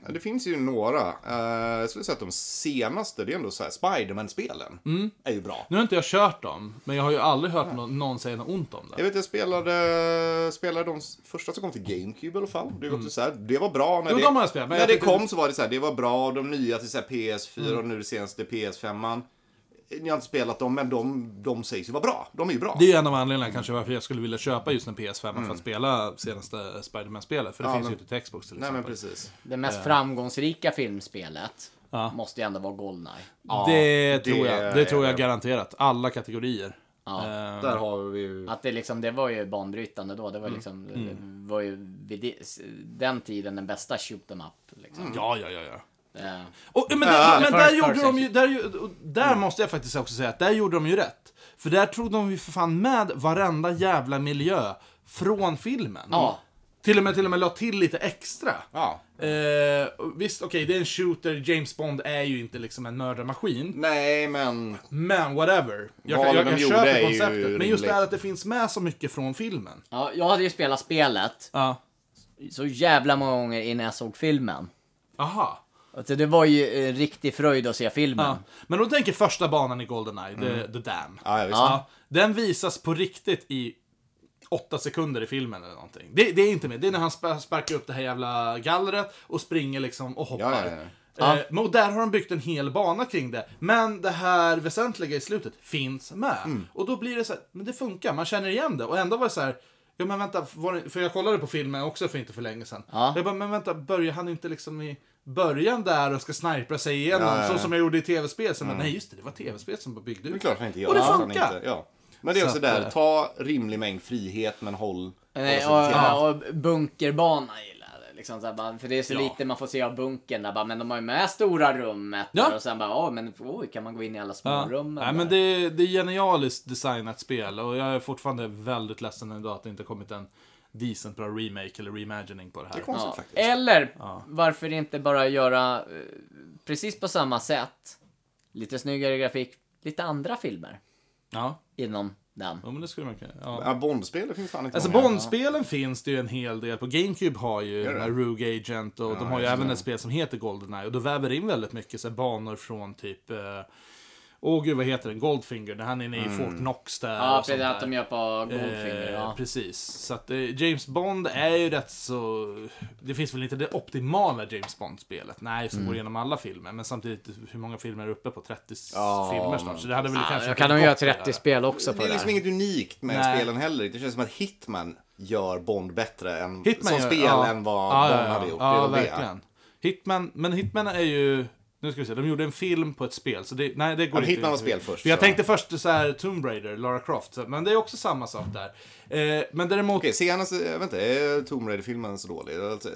S3: Ja, Det finns ju några. Eh, jag skulle säga att de senaste, det är ändå så här, Spiderman-spelen
S1: Mm.
S3: är ju bra.
S1: Nu har inte jag kört dem, men jag har ju aldrig hört någon, någon säga något ont om
S3: Jag
S1: det.
S3: vet, jag spelade, spelade de första som kom till GameCube i alla fall. Det, är
S1: Mm.
S3: också så här, det var bra när
S1: Jo,
S3: det,
S1: de har jag spelat, men
S3: när
S1: jag
S3: det
S1: tyckte- Mm.
S3: kom så var det så här, det var bra. De nya till så här PS4 och nu det senaste PS5. -an. Jag har inte spelat dem, men de, de sägs ju vara bra. De är ju bra.
S1: Det är en av anledningarna kanske varför jag skulle vilja köpa just en PS5 för att spela senaste Spiderman-spelet. För det
S3: Mm. Ja,
S1: finns
S3: men-
S1: ju inte till Xbox till
S3: Nej, men
S1: exempel.
S3: precis.
S2: Det mest framgångsrika filmspelet måste ju ändå vara Goldeneye.
S1: det,
S3: Ja,
S1: tror
S3: det
S1: jag. Det tror
S3: är
S1: jag
S3: det. Mm.
S1: garanterat. Alla kategorier. Eh,
S3: Där har vi ju...
S2: Att det liksom, det var ju banbrytande då. Det
S1: Mm.
S2: var liksom, det var ju vid det- den tiden den bästa shoot em up liksom.
S1: Ja, ja, ja. ja.
S2: Eh,
S1: Och, men där, men där
S2: First
S1: gjorde de
S2: person.
S1: ju, där, ju- och där
S3: Mm.
S1: måste jag faktiskt också säga att där gjorde de ju rätt. För där tog de ju för fan med varenda jävla miljö från filmen.
S2: Ja.
S1: Till och med, till och med la till lite extra.
S3: Ja.
S1: Eh, och visst, okej, det är en shooter, James Bond är ju inte liksom en mördarmaskin.
S3: Nej, men...
S1: Men whatever. Jag, kan,
S3: Valen
S1: jag,
S3: de
S1: jag
S3: gjorde är
S1: köper
S3: ju
S1: konceptet. Men just det här
S3: rimligt.
S1: att det finns med så mycket från filmen.
S2: Ja, jag hade ju spelat spelet
S1: Ja.
S2: så jävla många gånger innan jag såg filmen.
S1: Aha.
S2: Alltså, det var ju en riktig fröjd att se filmen.
S1: Ja. Men om du tänker första banan i Goldeneye, The, the Dam.
S3: Ja, ja, visst.
S1: Ja, den visas på riktigt i åtta sekunder i filmen eller någonting. Det, det är inte med. Det är när han spa- sparkar upp det här jävla gallret och springer liksom och hoppar.
S3: Ja, ja,
S2: ja.
S1: Eh, men och där har de byggt en hel bana kring det. Men det här väsentliga i slutet finns med.
S3: Mm.
S1: Och då blir det så här, men det funkar, man känner igen det. Och ändå var det så här, ja men vänta, var det, för jag kollade på filmen också för inte för länge sedan.
S2: Ja.
S1: Jag bara, men vänta, börjar han inte liksom i början där och ska snipra sig igenom?
S3: Ja, ja, ja.
S1: Så som jag gjorde i tv-spel. Sen bara, nej just det, det var tv-spel som byggde ut
S3: Det är klart han inte gör.
S1: Och det
S3: Ja, han
S1: funkar!
S3: Inte, ja. Men det är
S1: Så
S3: också
S1: att,
S3: där,
S1: eh,
S3: ta rimlig mängd frihet men håll...
S1: Alltså,
S2: Nej,
S3: håll
S2: Eh, och,
S3: sig till temat.
S2: ja, och bunkerbana gillar jag det, liksom, så här, bara, För det är så
S1: Ja.
S2: lite man får se av bunkern. Där, bara, men de har ju med stora rummet.
S1: Ja.
S2: där, Och sen bara, ja men oj, kan man gå in i alla
S1: Ja.
S2: smårummen?
S1: Nej,
S2: där?
S1: men det, det är genialiskt designat spel och jag är fortfarande väldigt ledsen idag att det inte kommit en decent bra remake eller reimagining på det här.
S3: Det är konstigt
S2: Ja.
S3: faktiskt.
S2: Eller varför inte bara göra eh, precis på samma sätt, lite snyggare grafik, lite andra filmer
S1: Ja,
S2: inom den.
S1: jo, men det skulle man kunna. Ja.
S3: Ja, Bondspel finns fan inte
S1: Alltså
S3: många.
S1: Bond-spelen finns det ju en hel del på. GameCube har ju
S3: det?
S1: den här Rogue Agent och de har ju även ett spel som heter Goldeneye och du väver in väldigt mycket så här, banor från typ eh, Åh gud, vad heter den? Goldfinger, när han är inne i Fort Knox där
S2: Ja,
S1: och sånt
S2: precis.
S1: där.
S2: Att de gör på Goldfinger.
S1: Eh,
S2: ja.
S1: Precis. Så att eh, James Bond är ju rätt så... Det finns väl inte det optimala James Bond-spelet, nej,
S3: Mm.
S1: som går igenom alla filmer. Men samtidigt, hur många filmer är uppe på? 30
S3: Ja,
S1: filmer snart. Så det hade väl kanske...
S2: Jag
S1: inte
S2: kan nog
S1: gått
S2: göra
S1: det där.
S2: 30 spel också på
S3: Det är
S2: det
S3: liksom
S2: där.
S3: inget unikt med
S1: Nej.
S3: spelen heller. Det känns som att Hitman gör Bond bättre än,
S1: Hitman
S3: som
S1: gör-
S3: spel
S1: ja.
S3: än vad
S1: Ja,
S3: Bond
S1: ja, ja.
S3: hade gjort.
S1: Ja,
S3: det är väl
S1: verkligen. Hitman, men Hitman är ju... Nu ska vi se, de gjorde en film på ett spel. Så det, nej, det går
S3: men
S1: inte.
S3: Hitman var spel först,
S1: För jag
S3: så.
S1: tänkte först så här Tomb Raider, Lara Croft. så- Men det är också samma sak där. Eh, men däremot,
S3: Okej, senaste, jag vet inte, är Tomb Raider-filmen så dålig? Jag har inte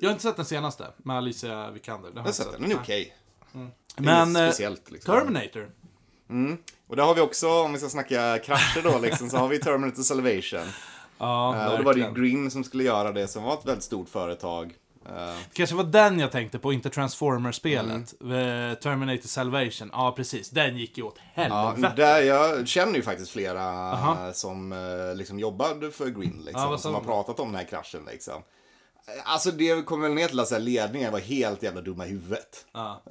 S1: jag har inte sett den senaste med Alicia Vikander. Det har jag inte
S3: sett den, den är okej. Det är
S1: Men
S3: inget
S1: eh,
S3: speciellt, liksom.
S1: Terminator.
S3: Och där har vi också, om vi ska snacka krascher då, liksom, så har vi Terminator Salvation.
S1: Ja,
S3: Eh, och då var det ju Grimm som skulle göra det, som var ett väldigt stort företag. Eh,
S1: kanske var den jag tänkte på, inte Transformers-spelet.
S3: Mm.
S1: Eh, Terminator Salvation, ja precis. Den gick ju åt
S3: Ja,
S1: helvete.
S3: där jag känner ju faktiskt flera eh, som eh, liksom jobbade för Green,
S1: Ja,
S3: liksom,
S1: vad sa
S3: som har
S1: de?
S3: pratat om den här kraschen. Liksom. Eh, Alltså det kommer väl ner till att så här, ledningen var helt jävla dumma i huvudet.
S1: Ja.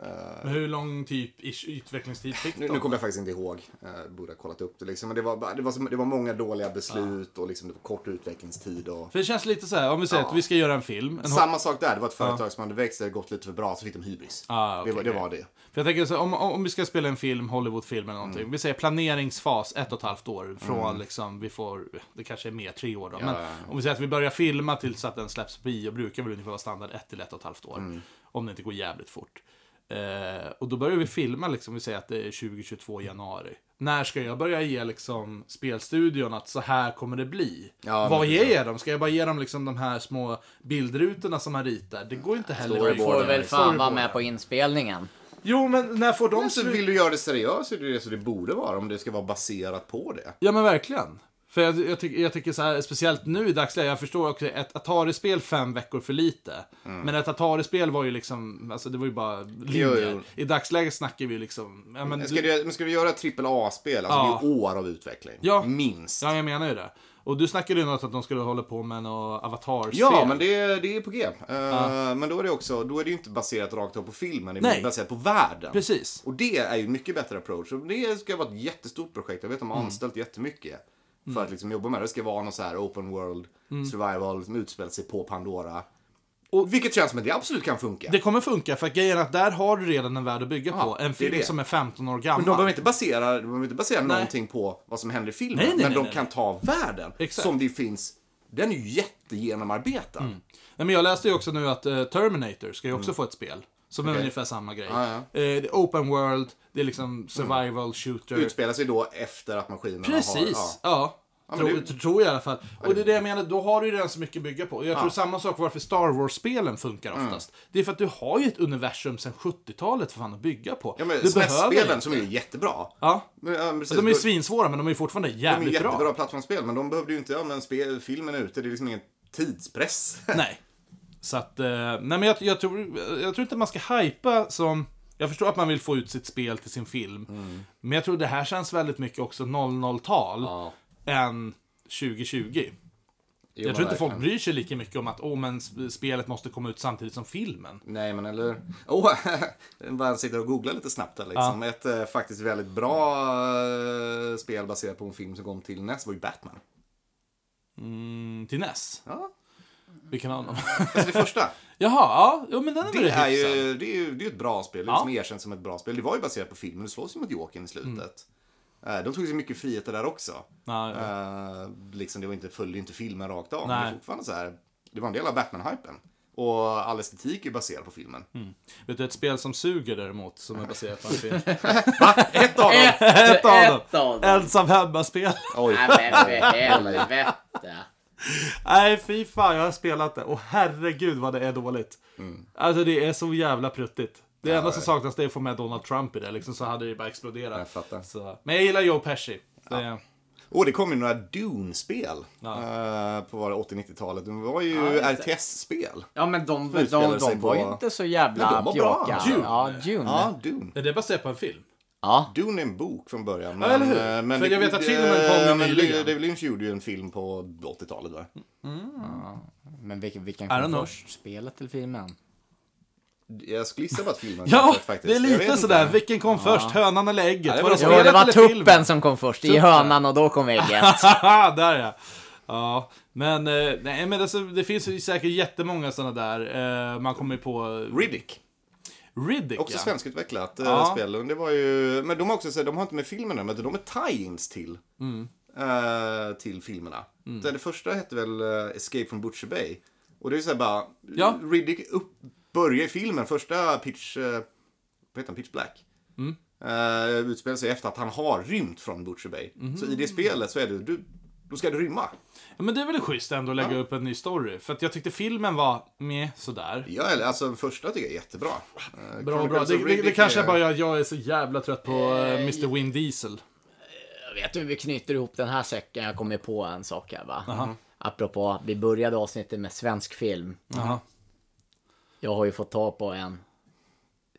S1: Men hur lång typ ish, utvecklingstid fick
S3: Nu,
S1: de?
S3: nu kommer jag faktiskt inte ihåg, eh, borde ha kollat upp det. Liksom. Men det, var, bara- det, var, så- det var många dåliga beslut och liksom, det var kort utvecklingstid. Och...
S1: För det känns lite så här, om vi säger
S3: Ja.
S1: att vi ska göra en film. En
S3: Samma sak där, det var ett företag som hade växt, det hade gått lite för bra, så fick de hybris.
S1: Ah, okej,
S3: det, var, det
S1: okej.
S3: var det.
S1: För jag tänker så, här, om, om om vi ska spela en film, Hollywoodfilm eller
S2: Mm.
S1: någonting. Vi säger planeringsfas, ett och ett halvt år. Från liksom, vi får, det kanske är mer, tre år då. men om vi säger att vi börjar filma tills att den släpps på bio, brukar väl ungefär vara standard ett till ett och ett halvt år.
S2: Mm.
S1: Om det inte går jävligt fort. Eh, och då börjar vi filma, liksom, vi säger att det är 2022 januari. När ska jag börja ge liksom, spelstudion att så här kommer det bli?
S3: Ja,
S1: Vad
S3: men-
S1: ger jag dem? Ska jag bara ge dem liksom, de här små bildrutorna som man ritar? Det liksom. går inte heller.
S2: Du får väl fan vara
S1: Storyboarden.
S2: med på inspelningen.
S1: Jo, men när får de
S3: Men så
S1: slut?
S3: vill du göra det seriöst, så är det det som det borde vara, om det ska vara baserat på det.
S1: Ja men verkligen. För jag, jag, tycker- jag tycker så här, speciellt nu i dagsläget, jag förstår också ett Atari-spel fem veckor för lite.
S3: Mm.
S1: Men ett Atari-spel var ju liksom, alltså det var ju bara linjer.
S3: jo.
S1: I dagsläget snackar vi liksom, ja men
S3: Ska
S1: du,
S3: du, men ska du göra ett AAA-spel, alltså
S1: Ja.
S3: det är ju år av utveckling.
S1: Ja.
S3: Minst.
S1: ja jag menar ju det. Och du snackade ju något att de skulle hålla på med något avatarspel.
S3: Ja, men det, det är på G. Eh, Men då är det också, då är det ju inte baserat rakt av på filmen, det är
S1: Nej.
S3: baserat på världen.
S1: Precis.
S3: Och det är ju mycket bättre approach. Och det ska vara ett jättestort projekt. Jag vet att de har
S1: Mm.
S3: anställt jättemycket för att liksom jobba med det. Det ska vara någon så här open world
S1: Mm.
S3: survival som utspelar sig på Pandora. Och, vilket känns som att det absolut kan funka.
S1: Det kommer funka, för att grejen är att där har du redan en värld att bygga på. En
S3: det
S1: film
S3: är det.
S1: som är 15 år gammal.
S3: Men de behöver inte basera, de behöver inte basera någonting på vad som händer i filmen.
S1: Nej, nej,
S3: men
S1: nej,
S3: de
S1: nej.
S3: kan ta världen
S1: Exakt. Mm.
S3: som det finns. Den är ju jättegenomarbetad.
S1: Nej, men jag läste ju också nu att eh, Terminator ska ju också få ett spel. Som är ungefär samma grej.
S3: Mm. Ja, Mm. ja.
S1: Eh, det är open world, det är liksom survival, shooter.
S3: Utspelar sig då efter att maskinerna har...
S1: Precis,
S3: ja.
S1: ja.
S3: men
S1: tror,
S3: det-
S1: tror jag i alla fall. Och det är det jag menar, då har du ju redan så mycket att bygga på. Och Jag tror samma sak varför Star Wars-spelen funkar
S3: Mm.
S1: oftast. Det är för att du har ju ett universum sedan 70-talet för fan att bygga på.
S3: Ja, men
S1: du
S3: SNES-spelen
S1: inte-
S3: som är ju jättebra.
S1: Ja.
S3: Men, ja, men precis.
S1: De är ju svinsvåra, men de är ju fortfarande
S3: de är
S1: jävligt
S3: jättebra
S1: bra.
S3: plattformsspel, men de behövde ju inte, ja men spel, filmen är ute, det är liksom ingen tidspress.
S1: Nej. Så att, eh, nej men jag, jag, tror, jag tror inte man ska hypa som... Jag förstår att man vill få ut sitt spel till sin film.
S3: Mm.
S1: Men jag tror det här känns väldigt mycket också 00-tal
S3: Ja.
S1: än 2020.
S3: Jo,
S1: jag tror inte
S3: verkligen.
S1: folk bryr sig lika mycket om att oh, men sp- spelet måste komma ut samtidigt som filmen.
S3: Nej, men eller... Åh, oh, bara sitter och googlar lite snabbt här liksom. Ett eh, faktiskt väldigt bra eh, spel baserat på en film som kom till näst var ju Batman.
S1: Mm, till NES.
S3: Ja.
S1: Vilken annan?
S3: Alltså det första.
S1: Jaha, ja, jo, men den är väl
S3: Det är
S1: hyfsad.
S3: ju det är ju, det är ju ett bra spel, det
S1: Ja.
S3: är liksom erkänt som ett bra spel. Det var ju baserat på filmen, det slås ju mot Jokern i slutet. Eh, De tog sig mycket friheter där också.
S1: Mm. Ja, ja.
S3: Eh, liksom det var inte, följde inte filmen rakt av. Men
S1: Nej.
S3: det, är fortfarande så här, det var en del av Batman-hypen. Och all estetik är baserad på filmen.
S1: Mm. Vet du, ett spel som suger däremot, som är baserat på en film.
S3: Ett av dem!
S1: Ett av dem!
S2: Ett av dem.
S1: Ensam hemma-spel.
S3: Oj.
S2: Nej men för helvete.
S1: Nej, fy fan, jag har spelat det. Och herregud vad det är dåligt.
S3: Mm.
S1: Alltså det är så jävla pruttigt. Det enda som saknas det är att få med Donald Trump i det, liksom, så hade det bara exploderat.
S3: Jag fattar.
S1: Så. Men jag gillar Joe Pesci. Det, ja.
S3: Och det kom ju några Dune-spel eh, på var det 80-90-talet. Det var ju RTS-spel.
S2: Ja men de, de, de,
S3: Utspelar sig
S2: var ju
S3: på-
S2: inte så
S3: Nej,
S2: jävla
S3: de var bra.
S2: pjåkar.
S1: Dune.
S2: Ja, June.
S1: Mm.
S2: Ja.
S3: Ja, Dune.
S1: Är det baserat på en film?
S3: Dune är en bok från början.
S1: Ja, eller hur?
S3: eh,
S1: För jag vet att filmen kom ju
S3: eh, men
S1: nyligen.
S3: David Lynch gjorde ju en film på 80-talet va?
S2: Men vilken, vilken
S1: don't
S2: kom
S1: know.
S2: först? Spelet eller filmen?
S3: Jag skulle gissa på att filmen kom
S1: Ja,
S3: först, faktiskt.
S1: det är
S3: Jag vet
S1: lite
S3: inte.
S1: sådär. Vilken kom först? Hönan eller ägget?
S3: det
S1: var det
S3: beror
S2: Jo,
S3: på.
S1: spelet
S2: det var
S1: eller
S2: tuppen
S1: filmen?
S2: som kom först. I hönan och då kom ägget.
S1: Haha, där ja. Ja, men, eh, nej, men alltså, det finns ju säkert jättemånga sådana där. Eh, man kommer ju på
S3: Riddick.
S1: Riddick.
S3: Också
S1: ja.
S3: svenskutvecklat eh,
S1: Ja.
S3: spel. Och Det var ju, men de har också så här, de har inte med filmerna, men de är tie-ins till,
S1: Mm.
S3: eh, till filmerna. Så Det första hette väl eh, Escape from Butcher Bay. Och det är så här bara,
S1: Ja.
S3: Riddick upp, börjar i filmen, första Pitch, eh, vad heter han, Pitch Black.
S1: Mm.
S3: Eh, utspelar sig efter att han har rymt från Butcher Bay. Så
S1: Mm.
S3: i det spelet så är det, du, då ska du rymma.
S1: Ja, men det är väl schysst ändå att lägga upp en ny story. För att jag tyckte filmen var med sådär.
S3: Ja, eller alltså den första tycker jag är jättebra.
S1: Bra,
S3: Eh,
S1: bra.
S3: Chronicles
S1: Det,
S3: of
S1: det, det
S3: Riddick
S2: eh,
S1: kanske är
S3: är-
S1: bara jag, jag är så jävla trött på eh, Mr. Win Diesel.
S2: Jag vet du hur vi knyter ihop den här säcken? Jag kommer på en sak här va. Apropå, vi började avsnittet med svensk film.
S1: Jaha.
S2: Jag har ju fått ta på en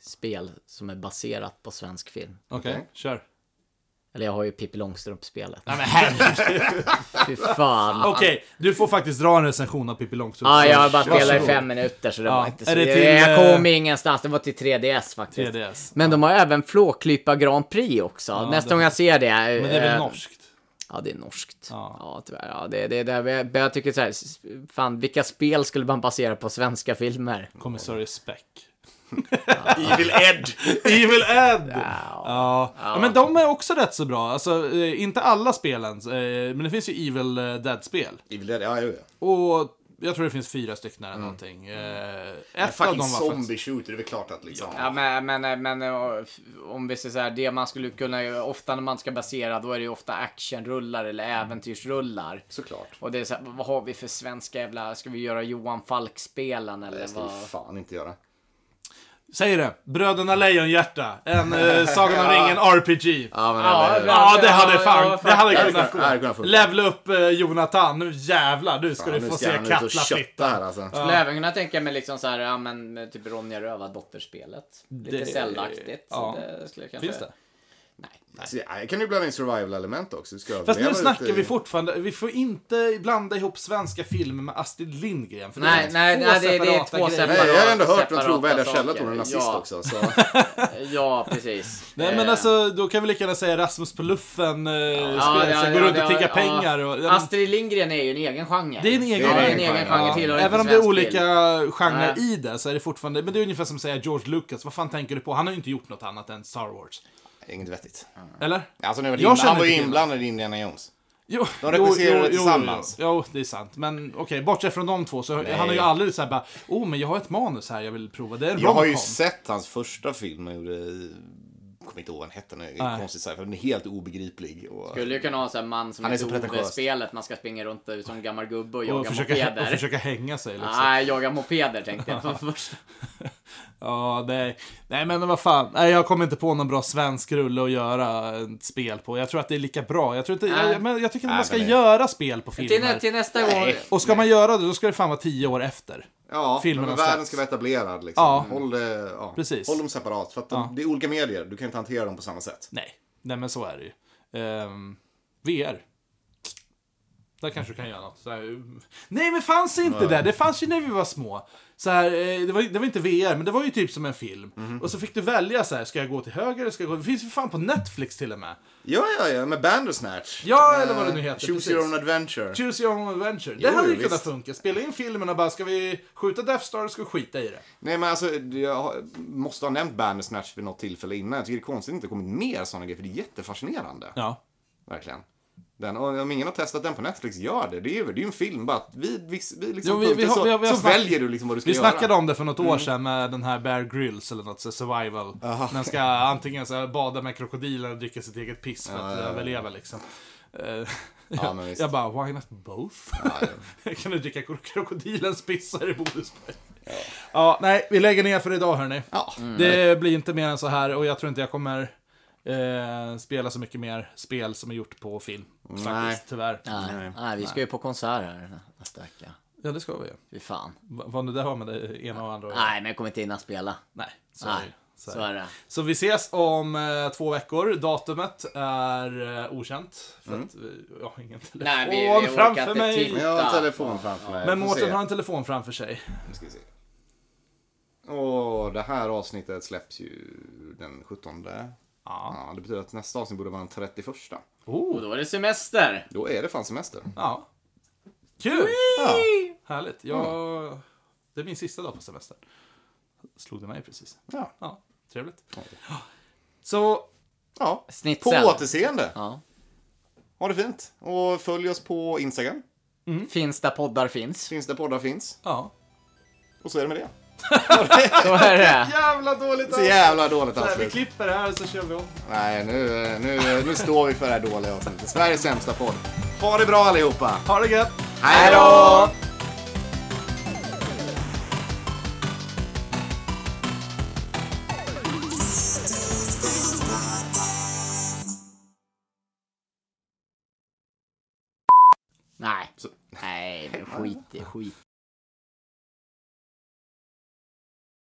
S2: spel som är baserat på svensk film.
S1: Okej, kör.
S2: Eller jag har ju Pippi Långstrump-spelet.
S1: Nej men herregud.
S2: Fy fan.
S1: Okej, du får faktiskt dra en recension av Pippi Långstrump.
S2: Ja, Ah, jag har bara
S1: Varsågod.
S2: spelat i fem minuter så det
S1: Ja.
S2: var inte så...
S1: Är det
S2: jag-
S1: till, eh,
S2: jag kom ingenstans, det var till 3DS faktiskt.
S1: 3DS.
S2: Men de har även Flåklypa Grand Prix också. Nästa
S1: det-
S2: gång jag ser det...
S1: Men det är väl
S2: eh,
S1: norskt?
S2: Ja, det är norskt.
S1: Ja.
S2: Ja, tyvärr. Ja, det, det, det, jag, jag tycker så här, s- fan, vilka spel skulle man basera på svenska filmer?
S1: Kommissarie Speck.
S3: Evil Ed!
S1: Evil Ed!
S2: Ja.
S1: Ja. ja, men de är också rätt så bra. Alltså, eh, inte alla spelen, eh, men det finns ju Evil eh, Dead-spel.
S3: Evil Ed, ja, ja, ja.
S1: Och jag tror det finns fyra stycken
S2: Mm.
S1: eller någonting. Eh, ett av dem
S3: Fucking
S1: var faktiskt...
S3: zombie shooter, det är väl klart att liksom.
S2: Ja, men, men, men eh, om vi säger så här, det man skulle kunna, ofta när man ska basera, då är det ju ofta actionrullar eller äventyrsrullar.
S3: Såklart.
S2: Och det är så här, vad har vi för svenska jävla, ska vi göra Johan Falk-spelen eller
S3: Det ska vi
S2: vad?
S3: fan inte göra.
S1: Säg det! Bröderna Lejonhjärta. En eh, Sagan om ringen RPG.
S3: Ja, men
S2: Ja,
S3: eller-
S2: det-
S1: Ja, det hade
S2: Ja,
S1: fan...
S2: ja,
S1: det hade
S3: det hade
S1: kunnat
S3: kunnat- det hade kunnat
S1: gå.
S3: funka.
S1: Levla upp eh, Jonathan. Nu jävlar, nu ska
S3: Ja,
S1: du
S3: nu
S1: få
S3: ska
S1: se
S3: han ut och
S1: Katlafitt.
S3: kötta här alltså.
S2: Skulle även kunna tänka mig liksom så här, ja men med typ Ronja Röva-dotterspelet. Lite
S1: Det-
S2: Zelda-aktigt.
S1: ja.
S2: Så det skulle jag kanske...
S1: Finns det?
S2: Nej.
S3: Så, ja, jag kan ju blanda in survival-element också. Du ska
S1: Fast
S3: överleva
S1: nu
S3: ute
S1: snackar
S3: i-
S1: vi fortfarande, vi får inte blanda ihop svenska filmer med Astrid Lindgren. För
S2: Nej,
S1: är
S2: nej,
S1: två
S2: nej, det- det är
S1: separata
S2: två
S1: grejer.
S2: separata-
S3: Nej, jag har ändå hört från
S2: separata
S3: trovärdiga
S2: saker.
S3: källor att hon är nazist
S2: Ja.
S3: också. Så.
S2: Ja, precis.
S1: Nej men
S2: Eh,
S1: alltså, då kan vi lika gärna säga Rasmus på luffen, eh,
S2: ja,
S1: spel,
S2: ja,
S1: som
S2: ja,
S1: går runt
S2: ja,
S1: och tigger
S2: ja.
S1: pengar. Och, ja, men-
S2: Astrid Lindgren är ju en egen genre.
S1: det är en egen,
S2: Ja, det är en
S3: egen
S2: egen
S3: genre.
S2: genre. Tillhör inte
S1: Även om det är
S2: svensk
S1: olika
S2: film.
S1: genrer
S2: Nej.
S1: i det så är det fortfarande, men det är ungefär som att säga George Lucas, vad fan tänker du på? Han har ju inte gjort något annat än Star Wars.
S3: Inget vettigt.
S1: Eller?
S3: Alltså, nu var det
S1: Jag
S3: inblandad-
S1: känner
S3: han var ju
S1: inte till
S3: inblandad i Indiana Jones.
S1: Jo,
S3: De regisserar det tillsammans.
S1: Jo, jo, det är sant. Men okej, bortsett från de två så han har ju aldrig så här bara Oh, men jag har ett manus här jag vill prova. Det är en
S3: Jag har ju
S1: romcom."
S3: sett hans första film han gjorde, i- jag kommer inte ihåg vad den hette nu, det är konstigt så här, för den är helt obegriplig. Och...
S2: Skulle ju kunna ha en sån här man som
S3: Han är så
S2: heter Ove i
S3: pretentiös.
S2: spelet. Man ska springa runt som en gammal gubbe och jaga
S1: och försöka, och
S2: mopeder.
S1: försöka hänga sig liksom.
S2: Nej, jaga mopeder tänkte jag på först.
S1: Ja, nej. nej men vad fan. Nej, jag kommer inte på någon bra svensk rulle att göra ett spel på. Jag tror att det är lika bra. Jag, tror inte,
S2: Nej.
S1: jag, men jag tycker att
S3: Nej,
S1: man ska
S3: men det-
S1: göra spel på
S2: Till, nä-
S1: filmer.
S2: till nästa gång.
S1: Och ska man göra det, då ska det fan vara tio år efter.
S3: Ja,
S1: Filmerna
S3: men världen
S1: släpps.
S3: ska vara etablerad. Liksom.
S1: Ja.
S3: Håll, det, ja.
S1: Precis.
S3: Håll dem separat, för att de, det är olika medier. Du kan inte hantera dem på samma sätt.
S1: Nej, nej men så är det ju. Ehm, VR. Där kanske du kan göra något. Så här, um. nej men fanns inte det? Det fanns ju när vi var små. Så här, eh, det, var, ju- det var inte VR, men det var ju typ som en film.
S3: Mhm.
S1: Och så fick du välja så här, ska jag gå till höger eller ska jag gå... Det finns ju fan på Netflix till och med.
S3: Ja, ja, ja, med Bandersnatch.
S1: Ja, eller vad det nu heter,
S3: Choose
S1: precis.
S3: your own adventure.
S1: Choose your own adventure. Det
S3: Jo,
S1: hade ju
S3: visst.
S1: kunnat funka. Spela in filmen och bara, ska vi skjuta Death Star eller ska vi skita i det?
S3: Nej, men alltså, jag har- måste ha nämnt Bandersnatch vid något tillfälle innan. Jag tycker det är konstigt att det inte har kommit mer sådana grejer, för det är jättefascinerande.
S1: Ja.
S3: Verkligen. Den, och om ingen har testat den på Netflix, gör det. Det är ju det är ju en film, bara att vi, vi, vi liksom
S1: Jo, vi- vi
S3: punkter,
S1: har-
S3: så,
S1: vi har- vi har
S3: så
S1: snack-
S3: väljer du liksom vad du ska
S1: Vi
S3: göra.
S1: snackade om det för något år sedan med den här Bear Grylls eller något så survival. Den ska antingen så här, bada med krokodiler och dricka sitt eget piss för att överleva liksom. Eh,
S3: men visst.
S1: jag bara, why not both?
S3: ja.
S1: kan du dricka kro- krokodilens piss så är det bonuspoäng. Ja. ja, nej, vi lägger ner för idag hörni.
S3: Ja.
S1: Det blir inte mer än så här och jag tror inte jag kommer eh, spela så mycket mer spel som är gjort på film. Faktiskt,
S3: Nej.
S1: tyvärr.
S2: Nej, nej, vi ska ju på konsert här nästa vecka.
S1: Ja, det ska vi ju.
S2: Fy fan.
S1: Va- Vad nu det har med det ena och andra att göra.
S2: Nej, men jag kommer inte hinna spela.
S1: Nej, så är det ju.
S2: Nej,
S1: Så är
S2: så
S1: det.
S2: är det.
S1: Så vi ses om eh, två veckor. Datumet är eh, okänt. För att eh, jag har ingen telefon
S2: Nej, vi- vi orkar
S1: framför
S2: inte
S1: mig.
S2: till.
S3: Mm. Men Jag har en telefon framför mig.
S1: Men
S3: Får
S1: Mårten
S3: se.
S1: har en telefon framför sig.
S3: Nu ska vi se. Och det här avsnittet släpps ju den 17. Ja.
S1: Ja.
S3: det betyder att nästa avsnitt borde vara den 31.
S2: Och
S1: Oh.
S2: då är det semester.
S3: Då är det fan semester.
S1: ja. Kul!
S3: Ja. Mm.
S1: Härligt. Jag... Det är min sista dag på semestern. Slog det mig precis.
S3: Ja.
S1: Ja, trevligt. Så,
S3: ja. På
S2: Snitsel.
S3: återseende.
S2: Ja.
S3: Ha det fint. Och följ oss på Instagram.
S1: Mm.
S2: Finns där poddar finns.
S3: Finns där poddar finns.
S1: ja.
S3: Och så är det med det.
S2: Så är det.
S1: Jävla dåligt
S3: Så jävla dåligt
S1: Så här, Vi
S3: avslut.
S1: klipper det här och så kör vi om.
S3: Nej, nu, eh, nu, nu står vi för det här dåliga avsnittet. Sveriges sämsta podd. Ha det bra allihopa.
S1: Ha det gött!
S3: Hej då!
S2: Nej. Nej, men skit i skit.